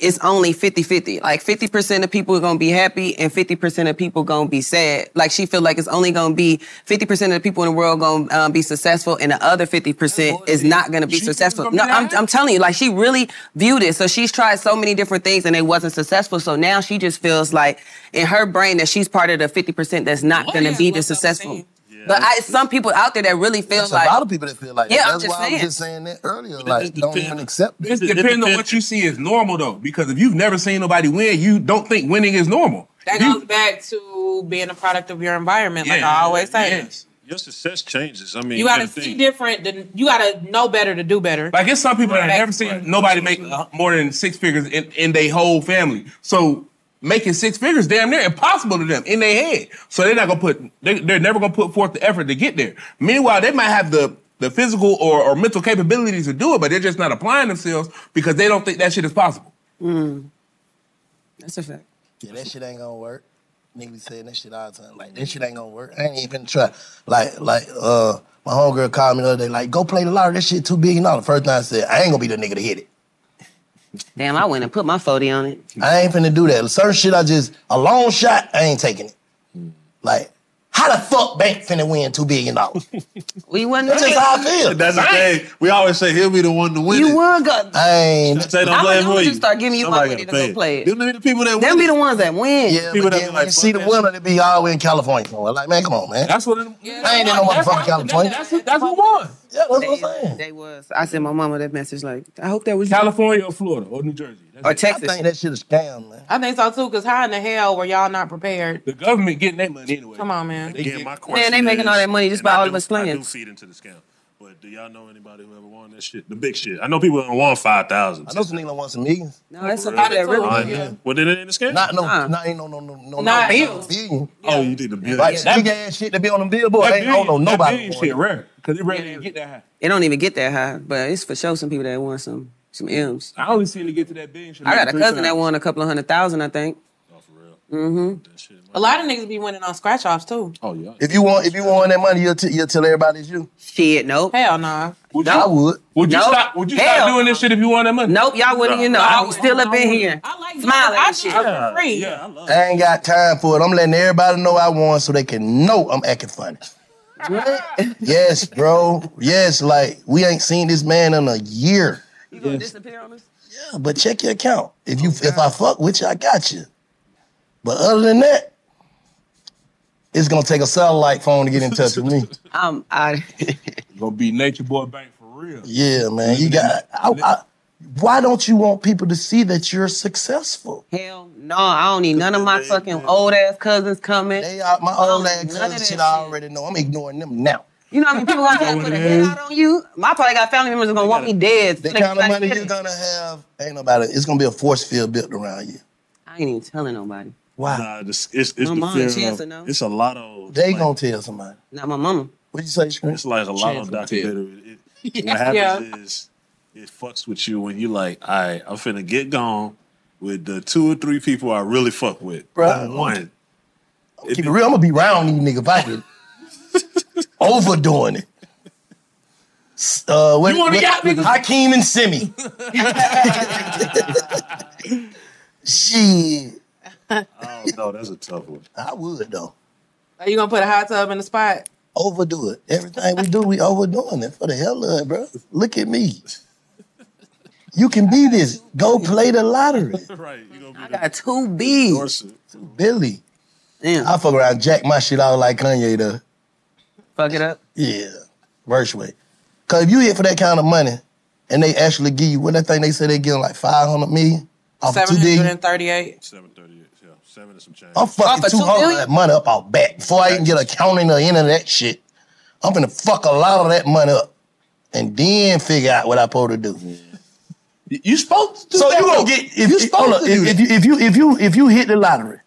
S7: it's only 50-50. Like 50% of people are going to be happy and 50% of people going to be sad. Like she feel like it's only going to be 50% of the people in the world going to um, be successful and the other 50% is not going to be successful. No, I'm, I'm telling you, like she really viewed it. So she's tried so many different things and they wasn't successful. So now she just feels like in her brain that she's part of the 50% that's not going to be the successful. But I, some people out there that really feel
S8: There's a
S7: like
S8: lot of people that feel like
S7: yeah,
S8: that.
S7: I'm
S8: That's
S7: just
S8: why I was
S7: saying.
S8: just saying that earlier. Like, don't even accept it.
S9: It depends on what you see as normal, though, because if you've never seen nobody win, you don't think winning is normal.
S5: That goes back to being a product of your environment, like I always say.
S6: Your success changes. I mean,
S5: You gotta
S6: gotta
S5: see different. Than, you gotta know better to do better.
S9: Like it's some people that have never seen nobody make uh, more than six figures in, in their whole family. So making six figures damn near impossible to them in their head. So they're not gonna put they, they're never gonna put forth the effort to get there. Meanwhile, they might have the the physical or, or mental capabilities to do it, but they're just not applying themselves because they don't think that shit is possible.
S7: Mm. That's a fact.
S8: Yeah, that shit ain't gonna work. Niggas be saying that shit all the time. Like, that shit ain't gonna work. I ain't even try. Like, like, uh, my homegirl called me the other day, like, go play the lottery. That shit too big and all. The first time I said, I ain't gonna be the nigga to hit it.
S7: Damn, I went and put my 40 on it.
S8: I ain't finna do that. Certain shit I just a long shot, I ain't taking it.
S11: Mm.
S8: Like, how the fuck bank finna win two billion dollars?
S7: we wasn't.
S8: That's just how I feel.
S11: That's the thing. We always say he'll be the one to win.
S7: You
S11: it.
S7: would go.
S8: I ain't.
S11: Say don't
S7: I
S11: play
S7: would
S11: for
S7: do
S11: you.
S7: just start giving you
S11: Somebody
S7: my money to
S11: gotta
S7: go
S11: pay it.
S7: play.
S11: Them be the people that
S7: Them
S11: win.
S7: be the ones that win.
S8: Yeah, but then when you see the winner, they be all in California. somewhere. Like, man, come on, man.
S9: That's what.
S8: I ain't in no motherfucking California. That's,
S9: that's what won.
S8: Yeah, that's what I'm saying.
S7: They was. I sent my mama that message like, I hope that was
S9: California or Florida or New Jersey
S7: or Texas.
S8: I think that shit is scam, man.
S5: I think so too. Cause how in the hell were y'all not prepared?
S9: The government getting their money anyway.
S5: Come on, man.
S6: Again, my question
S7: Man, they making all
S6: is-
S7: that money just by all of us
S6: I
S7: playing.
S6: do feed into the scam. But do y'all know anybody who ever won that shit? The big shit. I know people that won five thousand.
S8: I know some nigga that wants some millions.
S7: No, that's
S6: For real?
S11: Oh,
S6: I know. Well, then it ain't a scam.
S8: Not no, not ain't no no no no
S6: Not
S8: no
S6: bills.
S8: billion.
S6: Oh, you did the bill.
S8: Like big ass shit that be on the billboard. Ain't, I don't know nobody. for it.
S9: rare because it rarely get that high.
S7: It don't even get that high, but it's for sure some people that won some some M's.
S9: I only seen to get to that billion. shit
S7: I
S9: like
S7: got a
S9: three
S7: cousin that
S9: times.
S7: won a couple of hundred thousand, I think. Oh, for real? Mm-hmm.
S5: A lot of niggas be winning on scratch offs too.
S9: Oh yeah.
S8: If you want, if you want that money, you'll, t- you'll tell everybody it's you.
S7: Shit, nope.
S5: Hell nah.
S9: Would
S8: I would.
S9: Would you
S7: Nope.
S9: stop? Would you
S7: Hell
S9: stop doing this shit if you won that money?
S7: Nope, y'all wouldn't. You know, I was still up in here.
S5: I like
S7: smiling.
S5: I
S7: and
S5: do
S7: shit.
S5: it for free.
S8: I ain't got time for it. I'm letting everybody know I won so they can know I'm acting funny. yes, bro. Yes, like we ain't seen this man in a year.
S7: You gonna disappear on us?
S8: Yeah, but check your account. If you if I fuck with you, I got you. But other than that, it's gonna take a satellite phone to get in touch with me.
S7: I'm out.
S9: Gonna be Nature Boy Bank for real.
S8: Yeah, man. You got I, I Why don't you want people to see that you're successful?
S7: Hell no, I don't need none of my fucking old ass cousins coming. They
S8: are my old ass
S7: cousins.
S8: Shit, I already know. I'm ignoring them now.
S7: You know what I mean? People gonna have to put a head out on you. My probably got family members gonna want me dead.
S8: The kind of money you're gonna have, ain't nobody. It's gonna be a force field built around you.
S7: I ain't even telling nobody.
S8: Wow.
S6: Nah, it's, it's, it's
S7: My
S6: the
S7: mom,
S6: fear
S7: she has
S6: of,
S7: to know.
S6: It's a lot of.
S8: They gonna tell somebody.
S7: Not my mama.
S8: What'd you say?
S6: It's like a lot of
S8: Chance will
S6: documentary. It- it-
S7: Yeah.
S6: What happens is it fucks with you when you like, all right, I'm finna get gone with the two or three people I really fuck with.
S8: Bruh.
S6: One.
S8: Keep it real. I'm gonna be round these niggas if I can. Overdoing it. S- Uh, what,
S9: You wanna
S8: what-
S9: yap, niggas?
S8: Hakeem and Simi. Shit.
S6: Oh no, that's a tough one.
S8: I would though.
S5: Are you gonna put a hot tub in the spot?
S8: Overdo it. Everything we do, we overdoing it for the hell of it, bro. Look at me. You can be this. Go play the lottery.
S6: right. You gonna be I
S7: got two B's.
S8: Billy. I fuck around, jack my shit out like Kanye though.
S7: Fuck it up.
S8: Yeah, worst way. Cause if you hit for that kind of money, and they actually give you what that thing they say they give like five hundred million off of two billion,
S5: 738.
S6: 738. Yeah. Seven and some change.
S8: I'm fucking two hundred of that money up out back before I even get accounting or any of that shit. I'm gonna fuck a lot of that money up, and then figure out what I' supposed to do.
S9: You supposed
S8: to. So you gonna get if you hold up, if, if you if you if you if you hit the lottery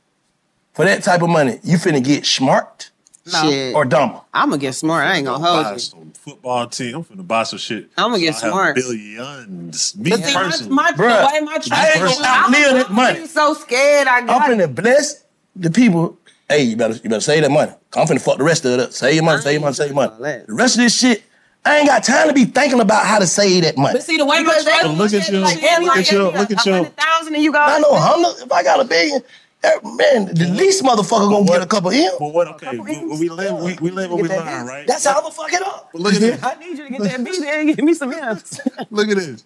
S8: for that type of money, you finna get smart
S7: No. Shit.
S8: or dumber.
S7: I'm gonna get smart. I ain't gonna
S6: buy
S7: hold you.
S6: some football team. I'm finna buy some shit.
S7: I'ma
S6: So
S7: get
S6: I have
S7: smart.
S6: Billions. Me
S7: But see, my-
S6: personally.
S7: my- the
S8: Bruh,
S7: way my
S8: I ain't
S7: trip-
S8: gonna outlive that money.
S7: I'm so scared I got
S8: I'm finna bless the people. Hey, you better you better save that money. I'm finna fuck the rest of it up. Save your money, save your money, save your money. The rest of this shit, I ain't got time to be thinking about how to save that money.
S7: But see, the way my Because trip- that-
S6: look at you.
S7: like, yeah,
S6: Look
S7: like,
S6: at you. Look at you.
S7: thousand and you got
S8: I know hundred. If I got a billion, eh, man, the least motherfucker gonna get a couple in.
S6: But what? Okay, we, we live. We, we live. What we learn, right?
S8: That's how I'ma fuck it up.
S6: Look at this.
S7: I need you to get that B there and give me some M's.
S6: Look at this.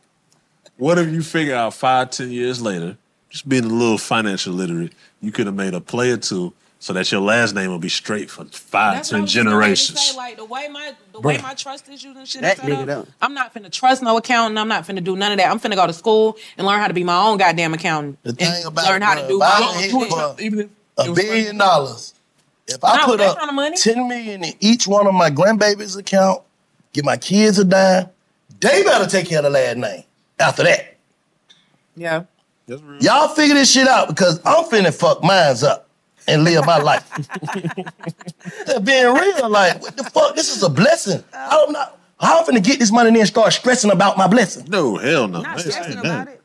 S6: What if you figure out five, ten years later, just being a little financial literate, you could have made a play or two so that your last name will be straight for five,
S5: That's what I
S6: ten
S5: was getting ready to
S6: generations.
S5: say, Like the way my the way
S6: Bruh.
S5: my trust issues and shit
S6: That
S5: is set
S6: nigga
S5: up,
S6: done.
S5: I'm not finna trust no accountant. I'm not finna do none of that. I'm finna go to school and learn how to be my own goddamn accountant. The
S8: thing about
S5: learn how to
S8: bruh,
S5: do
S8: if
S5: my
S8: I
S5: own
S8: hit
S5: shit.
S8: for
S5: Even if
S8: A billion dollars. If I
S5: No,
S8: put
S5: that
S8: up
S5: kind of money.
S8: ten million in each one of my grandbabies' account, give my kids a dime, they better take care of the last name. After that.
S5: Yeah.
S8: Y'all figure this shit out because I'm finna fuck mines up and live my life. That being real, like, what the fuck? This is a blessing. I'm not, how I'm finna get this money and then start stressing about my blessing?
S6: No, hell no.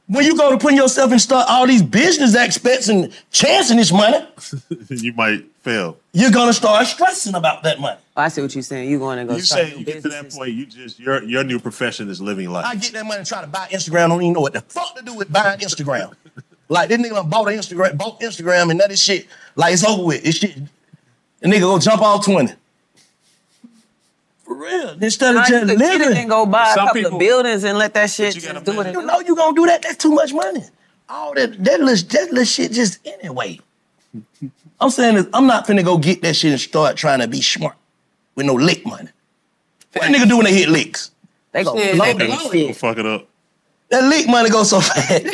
S8: When you go to putting yourself and start all these business expenses and chancing this money,
S6: you might fail.
S8: you're gonna start stressing about that money.
S7: I see what you're saying. You going to go
S6: You
S7: start
S6: say
S7: new
S6: you get to that point, you just your your new profession is living life.
S8: I get that money and try to buy Instagram. I don't even know what the fuck to do with buying Instagram. like this nigga done bought an Instagram, bought Instagram, and that is shit. Like it's over with. It's shit. The nigga go jump all twenty. For real. Instead
S7: of
S8: just living.
S7: and go buy a
S8: Some
S7: couple
S8: people-
S7: of buildings and let that shit just do it.
S8: You know you gonna do that. That's too much money. All that that little, that little shit just anyway. I'm saying is I'm not finna go get that shit and start trying to be smart with no lick money. What a nigga do when they hit licks?
S7: They
S8: go
S6: They
S8: blow
S6: gonna
S8: that shit.
S6: fuck it up.
S8: That lick money goes so fast.
S5: You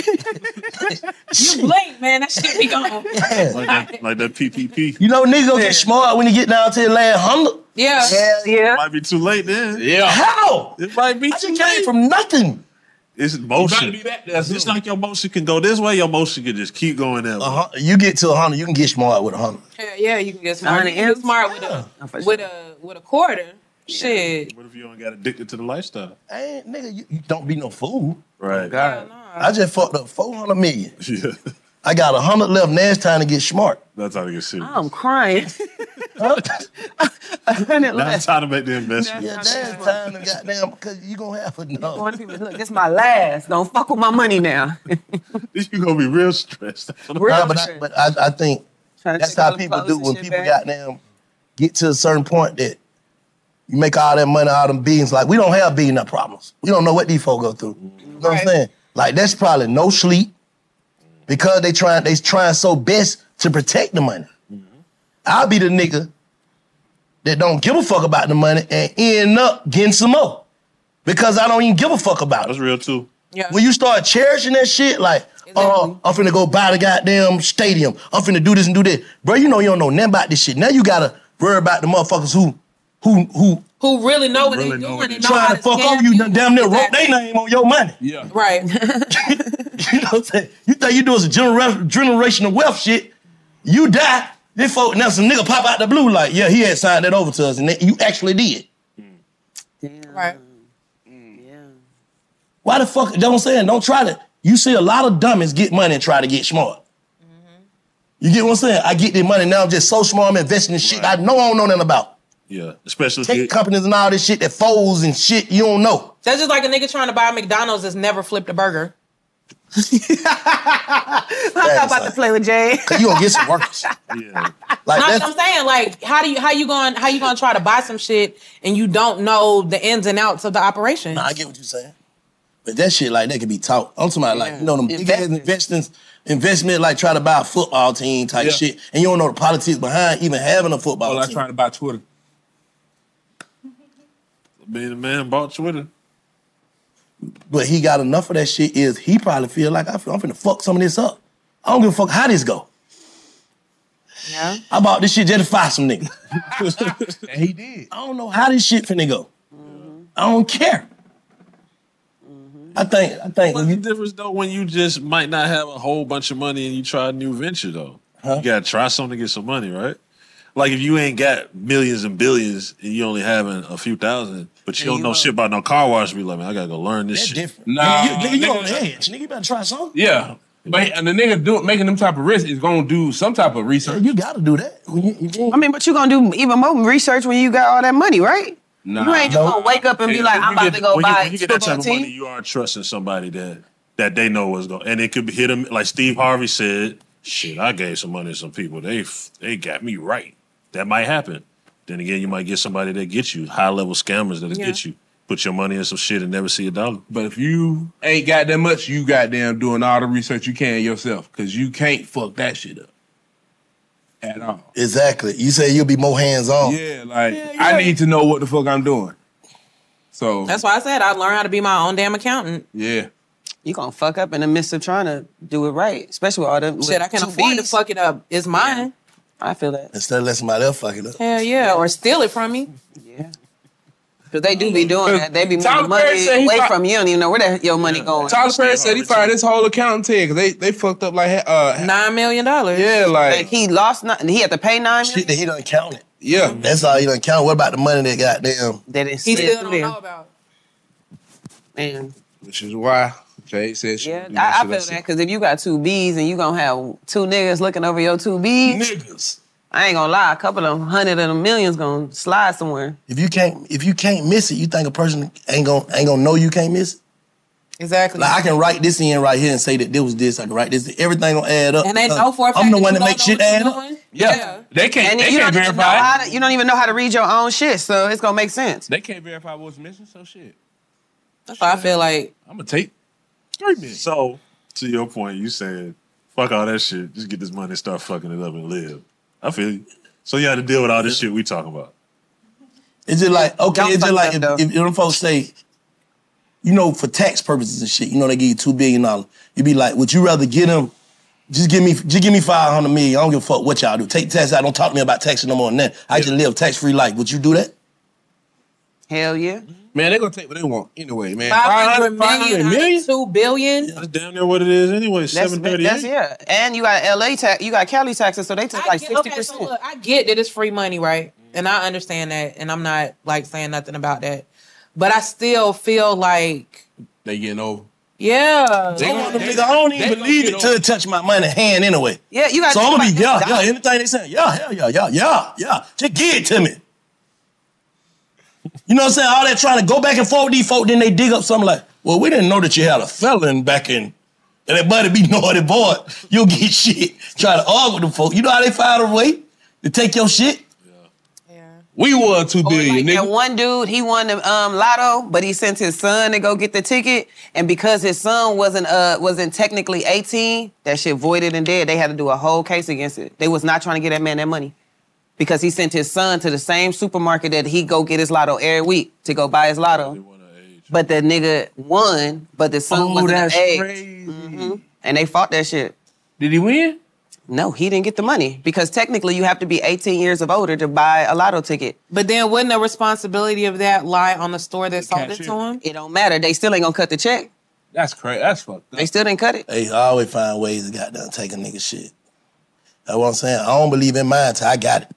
S5: blink, man. That shit be gone.
S6: Like that, like that PPP.
S8: You know, niggas gonna get smart when you get down to the last hundred.
S5: Yeah.
S8: Hell yeah.
S6: Might be too late then.
S9: Yeah.
S8: How?
S6: It might be. I just
S8: came from nothing.
S6: It's motion.
S9: You
S6: It's just like your motion can go this way, your motion can just keep going that way.
S8: You get to a hundred, you can get smart with a hundred.
S5: Yeah, yeah, you can get smart. You can get smart with a with a with a quarter. Shit.
S6: What if you don't got addicted to the lifestyle?
S8: Hey, nigga, you, you don't be no fool.
S6: Right.
S8: God. I just fucked up four hundred million.
S6: Yeah.
S8: I got a hundred left. Now it's time to get smart.
S6: That's how to get serious.
S7: I'm crying.
S6: That's how to make the investment.
S8: Yeah, that's time to goddamn because you gonna have enough.
S7: Going to people, look, this is my last. Don't fuck with my money now.
S6: you gonna be real stressed.
S8: Nah, but I, but I, I think
S7: Trying to
S8: that's
S7: take all
S8: how
S7: the
S8: people
S7: clothes
S8: do
S7: and
S8: when
S7: shit
S8: people
S7: back.
S8: goddamn get to a certain point that you make all that money, all them beans. Like we don't have bean nut problems. We don't know what these folk go through. You know what I'm saying? Like that's probably no sleep because they trying they trying so best to protect the money. I'll be the nigga that don't give a fuck about the money and end up getting some more because I don't even give a fuck about it.
S6: That's real too.
S8: When you start cherishing that shit, like, oh, I'm finna go buy the goddamn stadium. I'm finna do this and do that. Bro, you know you don't know nothing about this shit. Now you gotta worry about the motherfuckers who who who
S5: Who really know what they doing and know how
S8: trying to fuck over you, done damn near wrote their name on your money.
S9: Yeah.
S5: Right.
S8: You know what I'm saying? You think you do is a genera- generational wealth shit. You die, this folk, now some nigga pop out the blue like, yeah, he had signed that over to us, and they, you actually did.
S5: Right.
S8: Why the fuck? That's what I'm saying. Don't try to. You see a lot of dummies get money and try to get smart. You get what I'm saying? I get this money now. I'm just so smart. I'm investing in shit I know I don't know nothing about.
S6: Yeah, especially if
S8: Tech companies and all this shit that folds and shit you don't know.
S5: That's just like a nigga trying to buy McDonald's that's never flipped a burger. I'm not about to play with Jay.
S8: You gonna get some workers. Like,
S5: no, that's what I'm saying. Like, how do you how you going how you gonna try to buy some shit and you don't know the ins and outs of the operation?
S8: Nah, I get what you're saying. But that shit like that could be taught. I'm talking about like you know them big ass investments, investment like try to buy a football team type
S9: Yeah.
S8: shit, and you don't know the politics behind even having a football
S9: Well, I
S8: team.
S9: trying to buy Twitter.
S6: Being a man bought Twitter.
S8: But he got enough of that shit. Is he probably feel like I feel, I'm finna fuck some of this up? I don't give a fuck how this go.
S5: Yeah.
S8: I bought this shit just to fight some nigga. and he did. I don't know how this shit finna go. I don't care. I think I think
S6: What's the difference though when you just might not have a whole bunch of money and you try a new venture though? You gotta try something to get some money, right? Like if you ain't got millions and billions and you only having a few thousand, but you
S8: Yeah,
S6: don't
S8: you
S6: know shit about no car wash, be like, man, I gotta go learn this shit.
S8: Different.
S9: Nah,
S8: Nigga, you, nigga, you
S9: nigga.
S8: on the edge. Nigga, you better try something.
S9: Yeah. But and the nigga do, making them type of risk is gonna do some type of research.
S8: You gotta do that.
S7: I mean, but you gonna do even more research when you got all that money, right?
S6: Nah.
S7: you ain't just gonna wake up and be
S6: Yeah,
S7: like,
S6: when
S7: I'm
S6: you
S7: about
S6: get-
S7: to go
S6: when
S7: buy
S6: you, when you
S7: a
S6: get that type
S7: football
S6: of
S7: team.
S6: money, you are trusting somebody that that they know what's going and it could hit them like Steve Harvey said, shit, I gave some money to some people. They f- they got me right. That might happen. Then again, you might get somebody that gets you, high level scammers that'll
S9: Yeah.
S6: get you. Put your money in some shit and never see a dollar.
S9: But if you ain't got that much, you goddamn doing all the research you can yourself. Cause you can't fuck that shit up. At all.
S8: Exactly. You say you'll be more hands on.
S9: Yeah, like I need to know what the fuck I'm doing. So
S5: That's why I said I learned how to be my own damn accountant.
S9: yeah.
S7: You gonna fuck up in the midst of trying to do it right, especially with all them
S5: Shit, I can
S7: not
S5: afford to fuck it up. It's mine.
S7: I feel that.
S8: Instead of let somebody else fuck it up.
S5: Hell yeah. Or steal it from me.
S7: Cause they do be doing that. They be
S5: Tyler
S7: moving
S5: Perry
S7: money
S5: said he
S7: away
S5: fi-
S7: from you. You don't even know where that your money going.
S9: Tyler Perry said he fired his whole accountant head because they, they fucked up like uh
S5: nine million dollars.
S9: Yeah, like
S7: he lost nothing. He had to pay nine.
S8: Shit that he done counted.
S9: Yeah.
S8: That's all he done counted. What about the money that got them?
S7: That is
S5: He still don't know about.
S7: Man,
S9: Which is why Jay said she
S7: yeah,
S9: do
S7: I, I
S9: shit
S7: feel
S9: herself.
S7: that because if you got two B's and you gonna have two niggas looking over your two B's,
S9: niggas.
S7: I ain't gonna lie, a couple of hundred of them millions gonna slide somewhere.
S8: If you can't if you can't miss it, you think a person ain't gonna ain't gonna know you can't miss it?
S5: Exactly.
S8: Like I can write this in right here and say that this was this. I can write this. Everything gonna add up.
S7: And they
S8: because
S7: know for a fact
S8: I'm the
S7: that
S8: one
S7: you
S8: that make
S7: don't
S8: shit
S7: know what
S8: add
S7: you're
S8: up.
S7: doing.
S9: Yeah. They can't
S7: And
S9: they
S7: you
S9: can't
S7: don't even know
S9: verify it.
S7: how to, you don't even know how to read your own shit, so it's gonna make sense.
S9: They can't verify what's missing, so shit.
S5: That's why I feel like
S9: I'm gonna take
S6: So to your point, you said, fuck all that shit. Just get this money, and start fucking it up and live. I feel you. So you had to deal with all this shit we talking about.
S8: It's just like okay, it's just like if, if them folks say, you know, for tax purposes and shit, you know, they give you two billion dollars. You be like, would you rather get them? Just give me, just give me five hundred million. I don't give a fuck what y'all do. Take tax out. Don't talk to me about taxing no more than that. I just live tax free life. Would you do that?
S7: Hell yeah.
S9: Man, they're gonna take what they want anyway, man.
S7: 500
S5: million, out of two billion.
S6: That's down there what it is anyway.
S7: That's,
S6: Seven thirty
S7: that's
S6: eight.
S7: yeah. And you got LA tax, you got Cali taxes, so they take like
S5: get-
S7: sixty
S5: okay, so
S7: percent.
S5: look, I get that it's free money, right? And I understand that, and I'm not like saying nothing about that. But I still feel like,
S9: They getting over.
S5: yeah,
S8: I want them nigga. I don't even believe it till it touch my money hand anyway.
S7: Yeah, you gotta
S8: So I'm gonna
S7: think
S8: be yeah,
S7: about
S8: yeah.
S7: this.
S8: Anything they saying, yeah, hell yeah, yeah, yeah, yeah. Just give it to me. You know what I'm saying? All that trying to go back and forth with these folk, then they dig up something like, well, we didn't know that you had a felon back in. And that buddy be naughty boy. You'll get shit. Try to argue with them folk. You know how they find a way to take your shit?
S9: We won two billion,
S7: And one dude, he won the um, lotto, but he sent his son to go get the ticket, and because his son wasn't uh wasn't technically 18, that shit voided and dead. They had to do a whole case against it. They was not trying to get that man that money because he sent his son to the same supermarket that he go get his lotto every week to go buy his lotto. But the nigga won, but the son
S14: Oh,
S7: was an
S14: that's
S7: egg.
S4: Mm-hmm.
S7: Mhm. And they fought that shit. Did he win? No, he didn't get the money because technically you have to be 18 years of older to buy a lotto ticket.
S5: But then wouldn't the responsibility of that lie on the store that sold it
S7: cashier.
S5: to him?
S7: It don't matter. They still ain't gonna cut the check.
S9: That's crazy. That's fucked
S7: They still didn't cut it.
S8: They always find ways to goddamn take a nigga shit. That's what I'm saying. I don't believe in mine till I got it.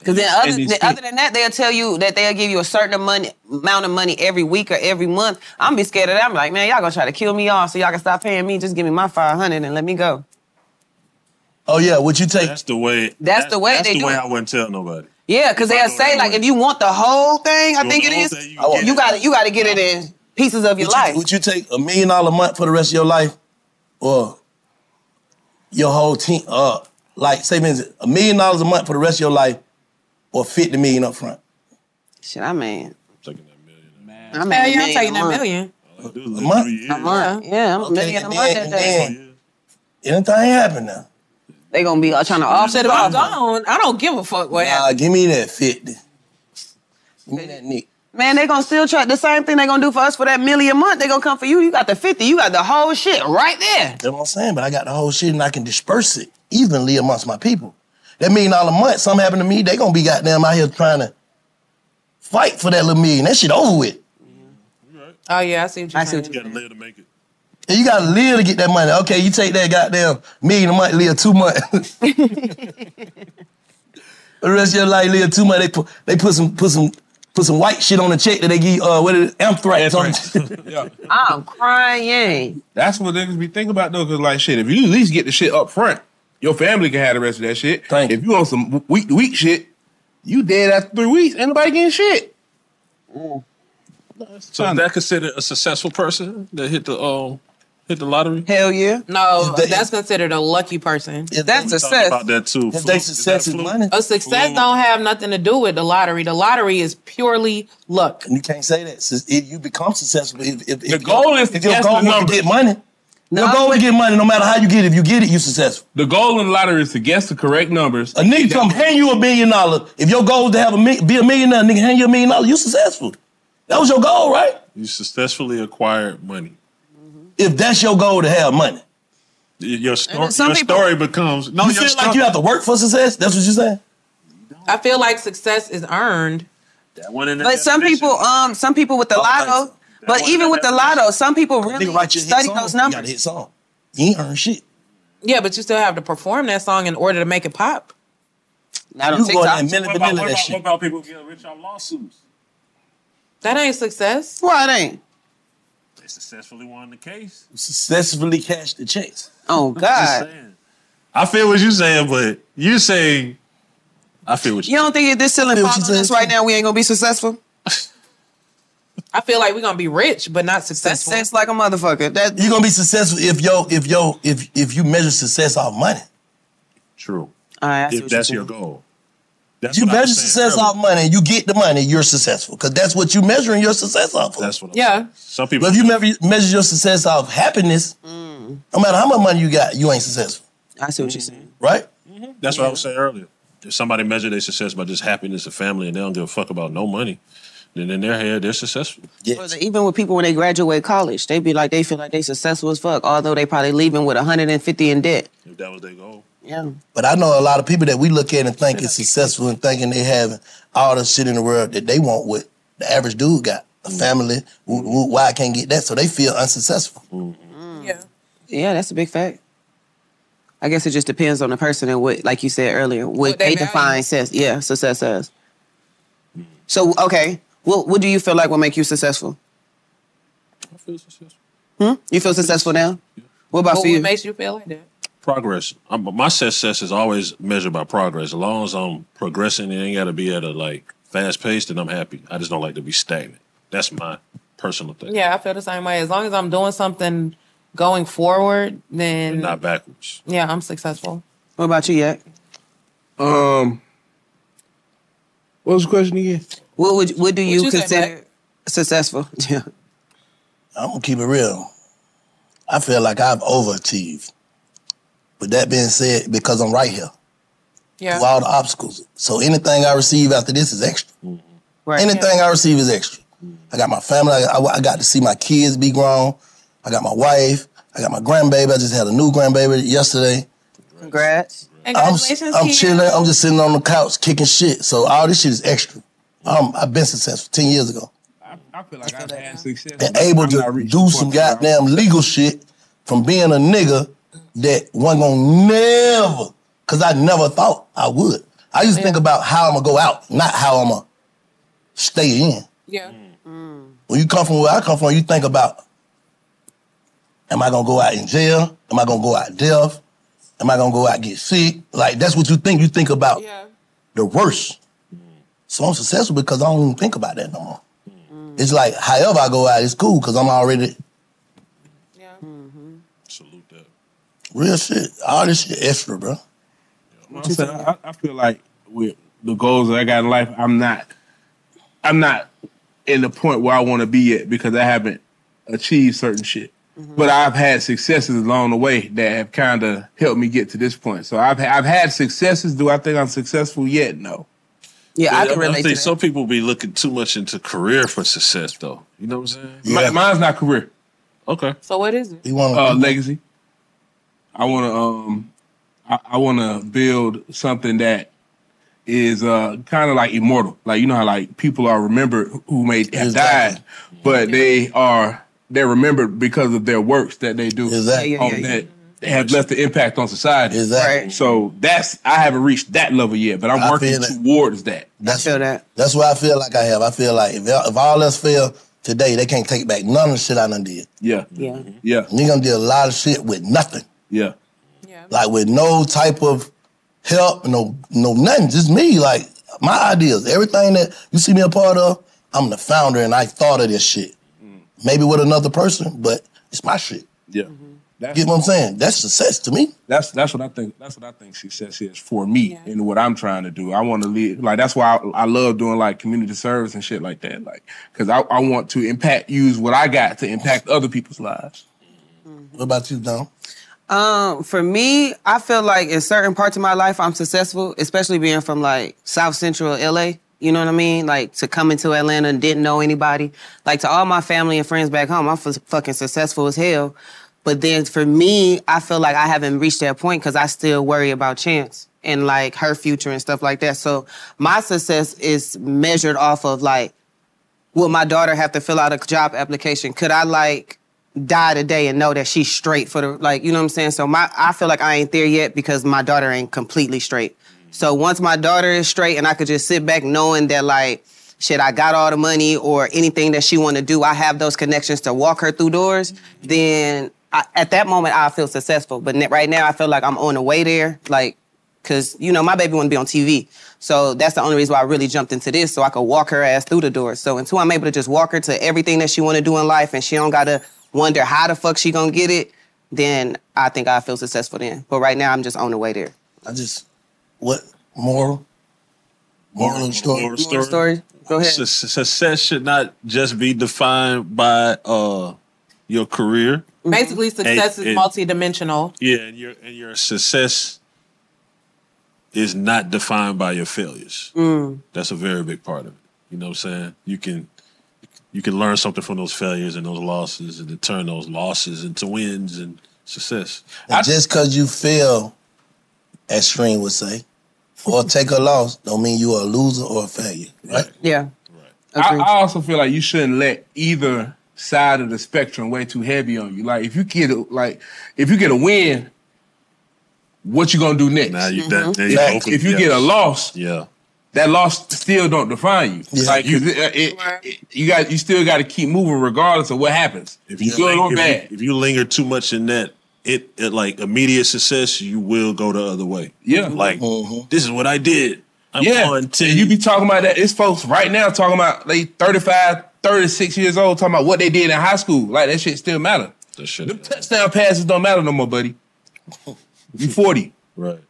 S7: Because then,
S8: And
S7: other,
S8: it's
S7: then
S8: cheap.
S7: other than that, they'll tell you that they'll give you a certain amount, amount of money every week or every month. I'm be scared of that. I'm like, man, y'all gonna try to kill me off so y'all can stop paying me. Just give me my 500 and let me go.
S8: Oh yeah, what you take?
S6: That's the way.
S7: That's the way
S6: That's
S7: they
S6: the
S7: do
S6: way
S7: it.
S6: I wouldn't tell nobody.
S7: Yeah, because they'll say like, if you want the whole thing, I think it is. oh, You, gotta you gotta get it in pieces of your
S8: would
S7: life.
S8: You, would you take a million dollar a month for the rest of your life, or your whole team? Uh, like say, for instance, a million dollars a month for the rest of your life, or fifty million up front.
S7: Shit, I mean,
S5: I
S7: I'm
S5: mean,
S7: at a
S5: yeah, I'm
S7: million
S5: taking
S7: a
S5: that
S7: month.
S5: million.
S8: A month.
S7: A month. Yeah, I'm a million a month that day.
S8: Anything happen now?
S7: They gonna be uh, trying to offset it.
S5: If I'm
S7: all.
S5: gone, I don't give a fuck what
S8: Nah, give me that fifty. Give me that nick.
S7: Man, they gonna still try the same thing they gonna do for us for that million a month. They gonna come for you. You got the fifty. You got the whole shit right there.
S8: That's what I'm saying. But I got the whole shit, and I can disperse it evenly amongst my people. That million dollar a month, something happened to me, they gonna be goddamn out here trying to fight for that little million. That shit over with.
S5: Oh yeah, I see what you're
S8: I see
S5: saying.
S8: what
S6: You gotta live to make it.
S8: And you gotta live to get that money. Okay, you take that goddamn million a month, live two months. the rest of your life, live two months. They put they put some put some put some white shit on the check that they give you, uh what is it, anthrax on it.
S7: I'm crying.
S9: That's what niggas be thinking about though, cause like shit, if you at least get the shit up front, your family can have the rest of that shit. if you on some week to week shit, you dead after three weeks. Ain't nobody getting shit.
S6: Mm. So is that considered a successful person that hit the um hit the lottery?
S7: Hell yeah.
S5: No, that's considered a lucky person.
S7: That's
S6: success. About that too. Fluke. Is that
S8: success is
S6: fluke?
S8: money.
S5: A success don't have nothing to do with the lottery. The lottery is purely luck.
S8: You can't say that. Sus- If you become successful, if, if, if
S9: goal is to
S8: if your
S9: guess
S8: goal
S9: the
S8: was
S9: numbers.
S8: to get money. your goal is to get money, no matter how you get it. If you get it, you successful.
S9: The goal in the lottery is to guess the correct numbers.
S8: A nigga come hand you a million dollars. If your goal is to have a mi- be a millionaire, nigga hand you a million dollars, you successful. That was your goal, right?
S6: You successfully acquired money.
S8: If that's your goal to have money.
S6: Your,
S5: And
S6: stor-
S5: then some
S6: your
S5: people-
S6: story becomes no.
S8: you
S6: your
S8: feel
S6: sto-
S8: like you have to work for success? That's what you're saying?
S5: I feel like success is earned.
S6: That one in
S7: But some people, um, some people with the lotto, but even with the lotto, some people really study those numbers.
S8: hit song. You ain't earn shit.
S5: Yeah, but you still have to perform that song in order to make it pop.
S7: Not
S8: on You go TikTok. in minute to minute that shit.
S6: What about people getting rich off lawsuits?
S5: That ain't success.
S7: Well, it ain't.
S6: They successfully won the case.
S8: Successfully cash the checks.
S7: Oh God.
S6: I feel what you're saying, but you say I feel what you.
S7: You don't think if this still in us right now, we ain't gonna be successful?
S5: I feel like we're gonna be rich, but not successful.
S7: Success like a motherfucker. That
S8: You're gonna be successful if yo if yo if if you measure success off money.
S6: True.
S7: I
S6: If that's your goal.
S8: you measure success off money, you get the money, you're successful. Because that's what you're measuring your success off of. That's
S6: what
S5: Yeah.
S6: Some people.
S8: But if you measure, measure your success off happiness, no matter how much money you got, you ain't successful.
S7: Mm. I see what you're saying.
S8: Right?
S6: Mm-hmm. That's what I was saying earlier. If somebody measure their success by just happiness and family, and they don't give a fuck about no money, then in their head they're successful.
S7: Well, Even with people when they graduate college, they be like they feel like they successful as fuck, although they probably leaving with 150 in debt.
S6: If that was their goal.
S7: Yeah.
S8: But I know a lot of people that we look at and think is successful and thinking they having all the shit in the world that they want what the average dude got. A
S7: Mm.
S8: family, woo, woo, why I can't get that. So they feel unsuccessful.
S7: Yeah, that's a big fact. I guess it just depends on the person and what, like you said earlier, what, they, define success. Yeah, success as.
S9: Mm-hmm.
S7: So okay, what what do you feel like will make you successful?
S6: I feel successful.
S7: Hmm? You feel successful now? What about
S5: But
S7: for
S5: what
S7: you?
S5: makes you feel like that?
S6: Progress. I'm, my success is always measured by progress. As long as I'm progressing, it ain't got to be at a like fast pace. Then I'm happy. I just don't like to be stagnant. That's my personal thing.
S5: Yeah, I feel the same way. As long as I'm doing something going forward, then
S6: Not backwards.
S5: yeah, I'm successful.
S7: What about you, Yak?
S9: Um, what was the question again?
S7: What would what do you,
S8: you say,
S7: consider successful? Yeah.
S8: I'm gonna keep it real. I feel like I've overachieved. With that being said, because I'm right here.
S5: Yeah.
S8: Through all the obstacles. So anything I receive after this is extra.
S7: Mm-hmm. Right. Mm-hmm.
S8: Anything I receive is extra. I got my family. I, I, I got to see my kids be grown. I got my wife. I got my grandbaby. I just had a new grandbaby yesterday.
S7: Congrats.
S8: I'm, I'm chilling. I'm just sitting on the couch kicking shit. So all this shit is extra.
S7: Mm-hmm.
S8: I'm, I've been successful 10 years ago. and able to do some goddamn legal shit from being a nigga that one gonna never, cause I never thought I would. I just think about how I'm gonna go out, not how I'm gonna stay in.
S5: Yeah.
S8: When you come from where I come from, you think about, am I gonna go out in jail? Am I gonna go out deaf? Am I gonna go out get sick? Like that's what you think. You think about the worst. So I'm successful because I don't even think about that no more. It's like however I go out, it's cool because I'm already Real shit. All this shit extra, bro.
S9: I'm saying, I, I feel like with the goals that I got in life, I'm not, I'm not in the point where I want to be at because I haven't achieved certain shit. But I've had successes along the way that have kind of helped me get to this point. So I've I've had successes. Do I think I'm successful yet? No.
S6: uh, I, I think some people be looking too much into career for success, though. You know what I'm saying?
S9: Mi- mine's not career.
S6: Okay.
S5: So what is it?
S8: You want
S9: uh, legacy? I want to um, I, I want to build something that is uh kind of like immortal. Like you know how like people are remembered who may have died, but they are they're remembered because of their works that they do.
S8: Exactly.
S9: Um, that they have left an impact on society.
S8: Exactly.
S9: So that's I haven't reached that level yet, but I'm
S8: I
S9: working
S8: feel it.
S9: towards that.
S8: That's That's what I feel like I have. I feel like if, if all else fail today, they can't take back none of the shit I done did.
S9: Yeah.
S7: Yeah.
S9: Yeah.
S8: And they gonna do a lot of shit with nothing.
S9: Yeah.
S8: Like with no type of help, no no nothing. Just me. Like my ideas. Everything that you see me a part of, I'm the founder and I thought of this shit. Maybe with another person, but it's my shit.
S9: Yeah.
S8: Get what I'm saying? That's success to me.
S9: That's that's what I think. That's what I think success is for me and what I'm trying to do. I want to live like that's why I, I love doing like community service and shit like that. Like because I, I want to impact use what I got to impact other people's lives.
S8: What about you, Don?
S7: Um, for me, I feel like in certain parts of my life I'm successful, especially being from like South Central LA. You know what I mean? Like to come into Atlanta and didn't know anybody. Like to all my family and friends back home, I'm f- fucking successful as hell. But then for me, I feel like I haven't reached that point because I still worry about Chance and like her future and stuff like that. So my success is measured off of like will my daughter have to fill out a job application? Could I like die today and know that she's straight for the like, you know what I'm saying? So my I feel like I ain't there yet because my daughter ain't completely straight. So once my daughter is straight and I could just sit back knowing that like shit, I got all the money or anything that she want to do, I have those connections to walk her through doors, then I, at that moment I feel successful. But ne- right now I feel like I'm on the way there. Like Cause you know my baby want to be on TV, so that's the only reason why I really jumped into this, so I could walk her ass through the door. So until I'm able to just walk her to everything that she want to do in life, and she don't gotta wonder how the fuck she gonna get it, then I think I feel successful then. But right now I'm just on the way there.
S8: I just what moral? Moral of the story.
S6: Moral story.
S7: Go ahead.
S6: success should not just be defined by uh your career.
S5: Mm-hmm.
S9: Mm-hmm.
S5: Basically, success
S6: Hey, hey.
S5: is multidimensional.
S6: Yeah, and your and your success is not defined by your failures.
S5: Mm.
S6: That's a very big part of it. You know what I'm saying? You can you can learn something from those failures and those losses and then turn those losses into wins and success.
S8: And just because you fail, as Shreen would say, or take a loss, don't mean you are a loser or a failure, right?
S7: Yeah.
S9: I, I also feel like you shouldn't let either side of the spectrum way too heavy on you. Like if you get a, like if you get a win, what you gonna do next?
S6: you- that- Mhm. there you
S9: Like,
S6: go.
S9: if you
S6: Yes.
S9: get a loss,
S6: yeah,
S9: that loss still don't define you. Like you, it, it- it- you got you still got to keep moving regardless of what happens.
S6: If you,
S9: good or
S6: if,
S9: bad,
S6: You, if you linger too much in that, it, it like immediate success, you will go the other way.
S9: Yeah.
S6: Like
S9: Mm-hmm.
S6: this is what I did. I'm
S9: yeah.
S6: on ten.
S9: And you be talking about that. It's folks right now talking about they 35, 36 years old talking about what they did in high school. Like that shit still matter.
S6: That shit.
S9: Them touchdown passes don't matter no more, buddy. You 40.
S6: Right.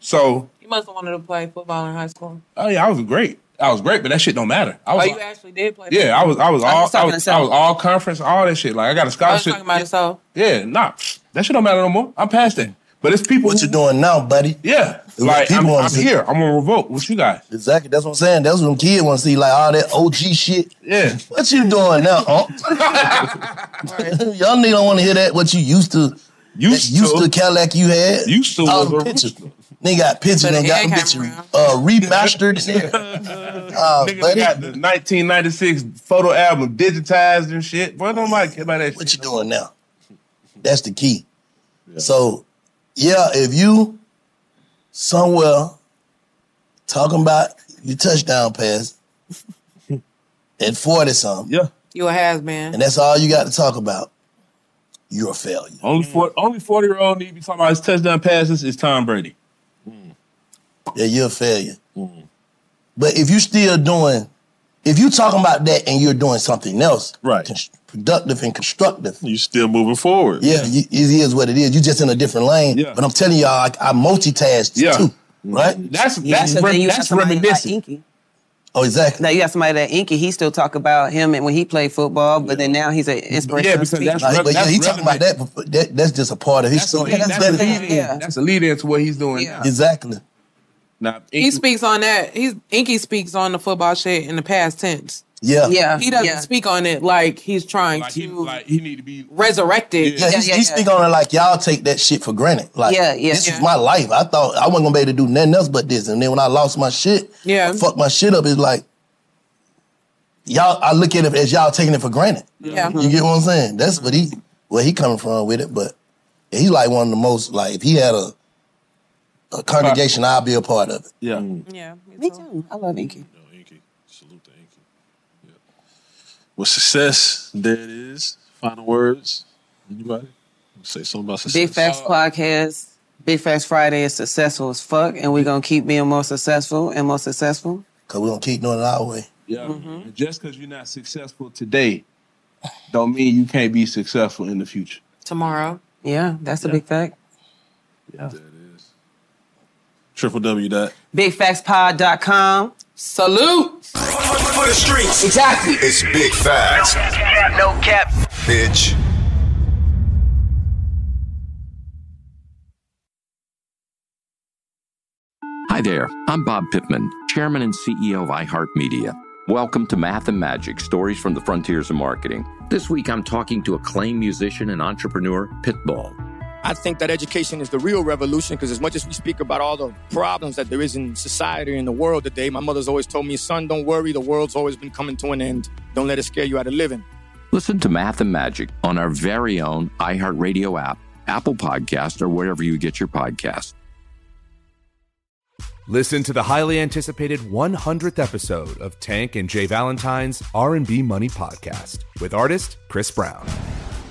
S9: So,
S5: You must have wanted to play football in high school.
S9: oh yeah, I was great. I was great, but that shit don't matter. I was
S5: oh, you actually did play.
S9: Yeah, I was I was
S5: I was
S9: all I
S5: talking to
S9: was,
S5: Sal.
S9: I was all conference, all that shit. Like I got a
S5: I was
S9: scholarship.
S5: talking about it, so
S9: Yeah, nah. That shit don't matter no more. I'm past that. But it's people.
S8: What you doing now, buddy?
S9: Yeah, like I'm, I'm here. I'm gonna revolt with you guys.
S8: Exactly. That's what I'm saying. That's what them kids want to see, like all that OG shit.
S9: Yeah.
S8: What you doing now? Unc? Y'all niggas don't want to hear that. What you used to, used, used to, Cadillac you had.
S9: Used to
S8: all
S9: was
S8: them
S9: a-
S8: pictures. They got pictures and got them bitches uh, remastered. and everything.
S9: Uh, Niggas got the 1996 photo album digitized and shit. Boy, don't like about that. What
S8: you doing now? That's the key. So, yeah, if you somewhere talking about your touchdown pass at 40 something,
S9: yeah.
S5: You a has man.
S8: and that's all you got to talk about, you're a failure.
S9: Only four, only forty year old need to be talking about his touchdown passes is Tom Brady.
S8: Yeah, you're a failure. But if you still doing, if you talking about that and you're doing something else, right, productive and constructive,
S6: you still moving forward.
S8: Yeah, you, it is what it is. You just in a different lane.
S6: Yeah.
S8: But I'm telling y'all, I, I multitask
S6: Yeah.
S8: too. Right?
S9: That's
S7: so then you have somebody Like Inky.
S8: Oh, exactly.
S7: Now you have somebody that Inky. He still talk about him and when he played football, but then now he's an inspirational speaker.
S8: Like, but yeah, he talking about that, but- but that. That's just a part of his story.
S9: That's,
S8: That's
S9: a
S8: better.
S9: lead in. That's a lead in to what he's doing. now.
S8: Exactly.
S9: Now,
S5: He speaks on that. He's Inky speaks on the football shit in the past tense.
S8: Yeah.
S7: Yeah.
S5: He doesn't
S7: Yeah.
S5: speak on it like he's trying to he,
S9: like he need to be
S5: resurrected.
S8: Yeah, he, he speak on it like y'all take that shit for granted. Like,
S5: Yeah, yeah.
S8: this is my life. I thought I wasn't gonna be able to do nothing else but this. And then when I lost my shit,
S5: Yeah.
S8: I fucked my shit up. It's like y'all. I look at it as y'all taking it for granted.
S5: Yeah.
S8: You get what I'm saying? That's what he where he coming from with it. But he's like one of the most. Like, if he had a a congregation, I'd be a part of it.
S9: Yeah.
S5: Yeah.
S7: Me too. I love Inky.
S6: Well, success, there it is. Final words. Anybody? Say something about success.
S7: Big Facts Podcast. Big Facts Friday is successful as fuck, and we're gonna keep being more successful and more successful.
S8: Cause we're gonna keep doing it our way.
S9: Yeah. And Just because you're not successful today, don't mean you can't be successful in the future.
S5: Tomorrow.
S7: Yeah, that's a big fact.
S9: Yeah.
S6: Triple W dot.
S7: BigFactsPod.com.
S5: Salute.
S4: For the streets. Exactly. It's big facts.
S7: No cap.
S4: Bitch.
S15: Hi there, I'm Bob Pittman, Chairman and CEO of iHeartMedia. Welcome to Math and Magic Stories from the Frontiers of Marketing. This week I'm talking to acclaimed musician and entrepreneur, Pitbull.
S16: I think that education is the real revolution because as much as we speak about all the problems that there is in society and the world today, my mother's always told me, son, don't worry, the world's always been coming to an end. Don't let it scare you out of living.
S15: Listen to Math and Magic on our very own iHeartRadio app, Apple Podcast, or wherever you get your podcasts.
S3: Listen to the highly anticipated 100th episode of Tank and Jay Valentine's R&B Money Podcast with artist Chris Brown.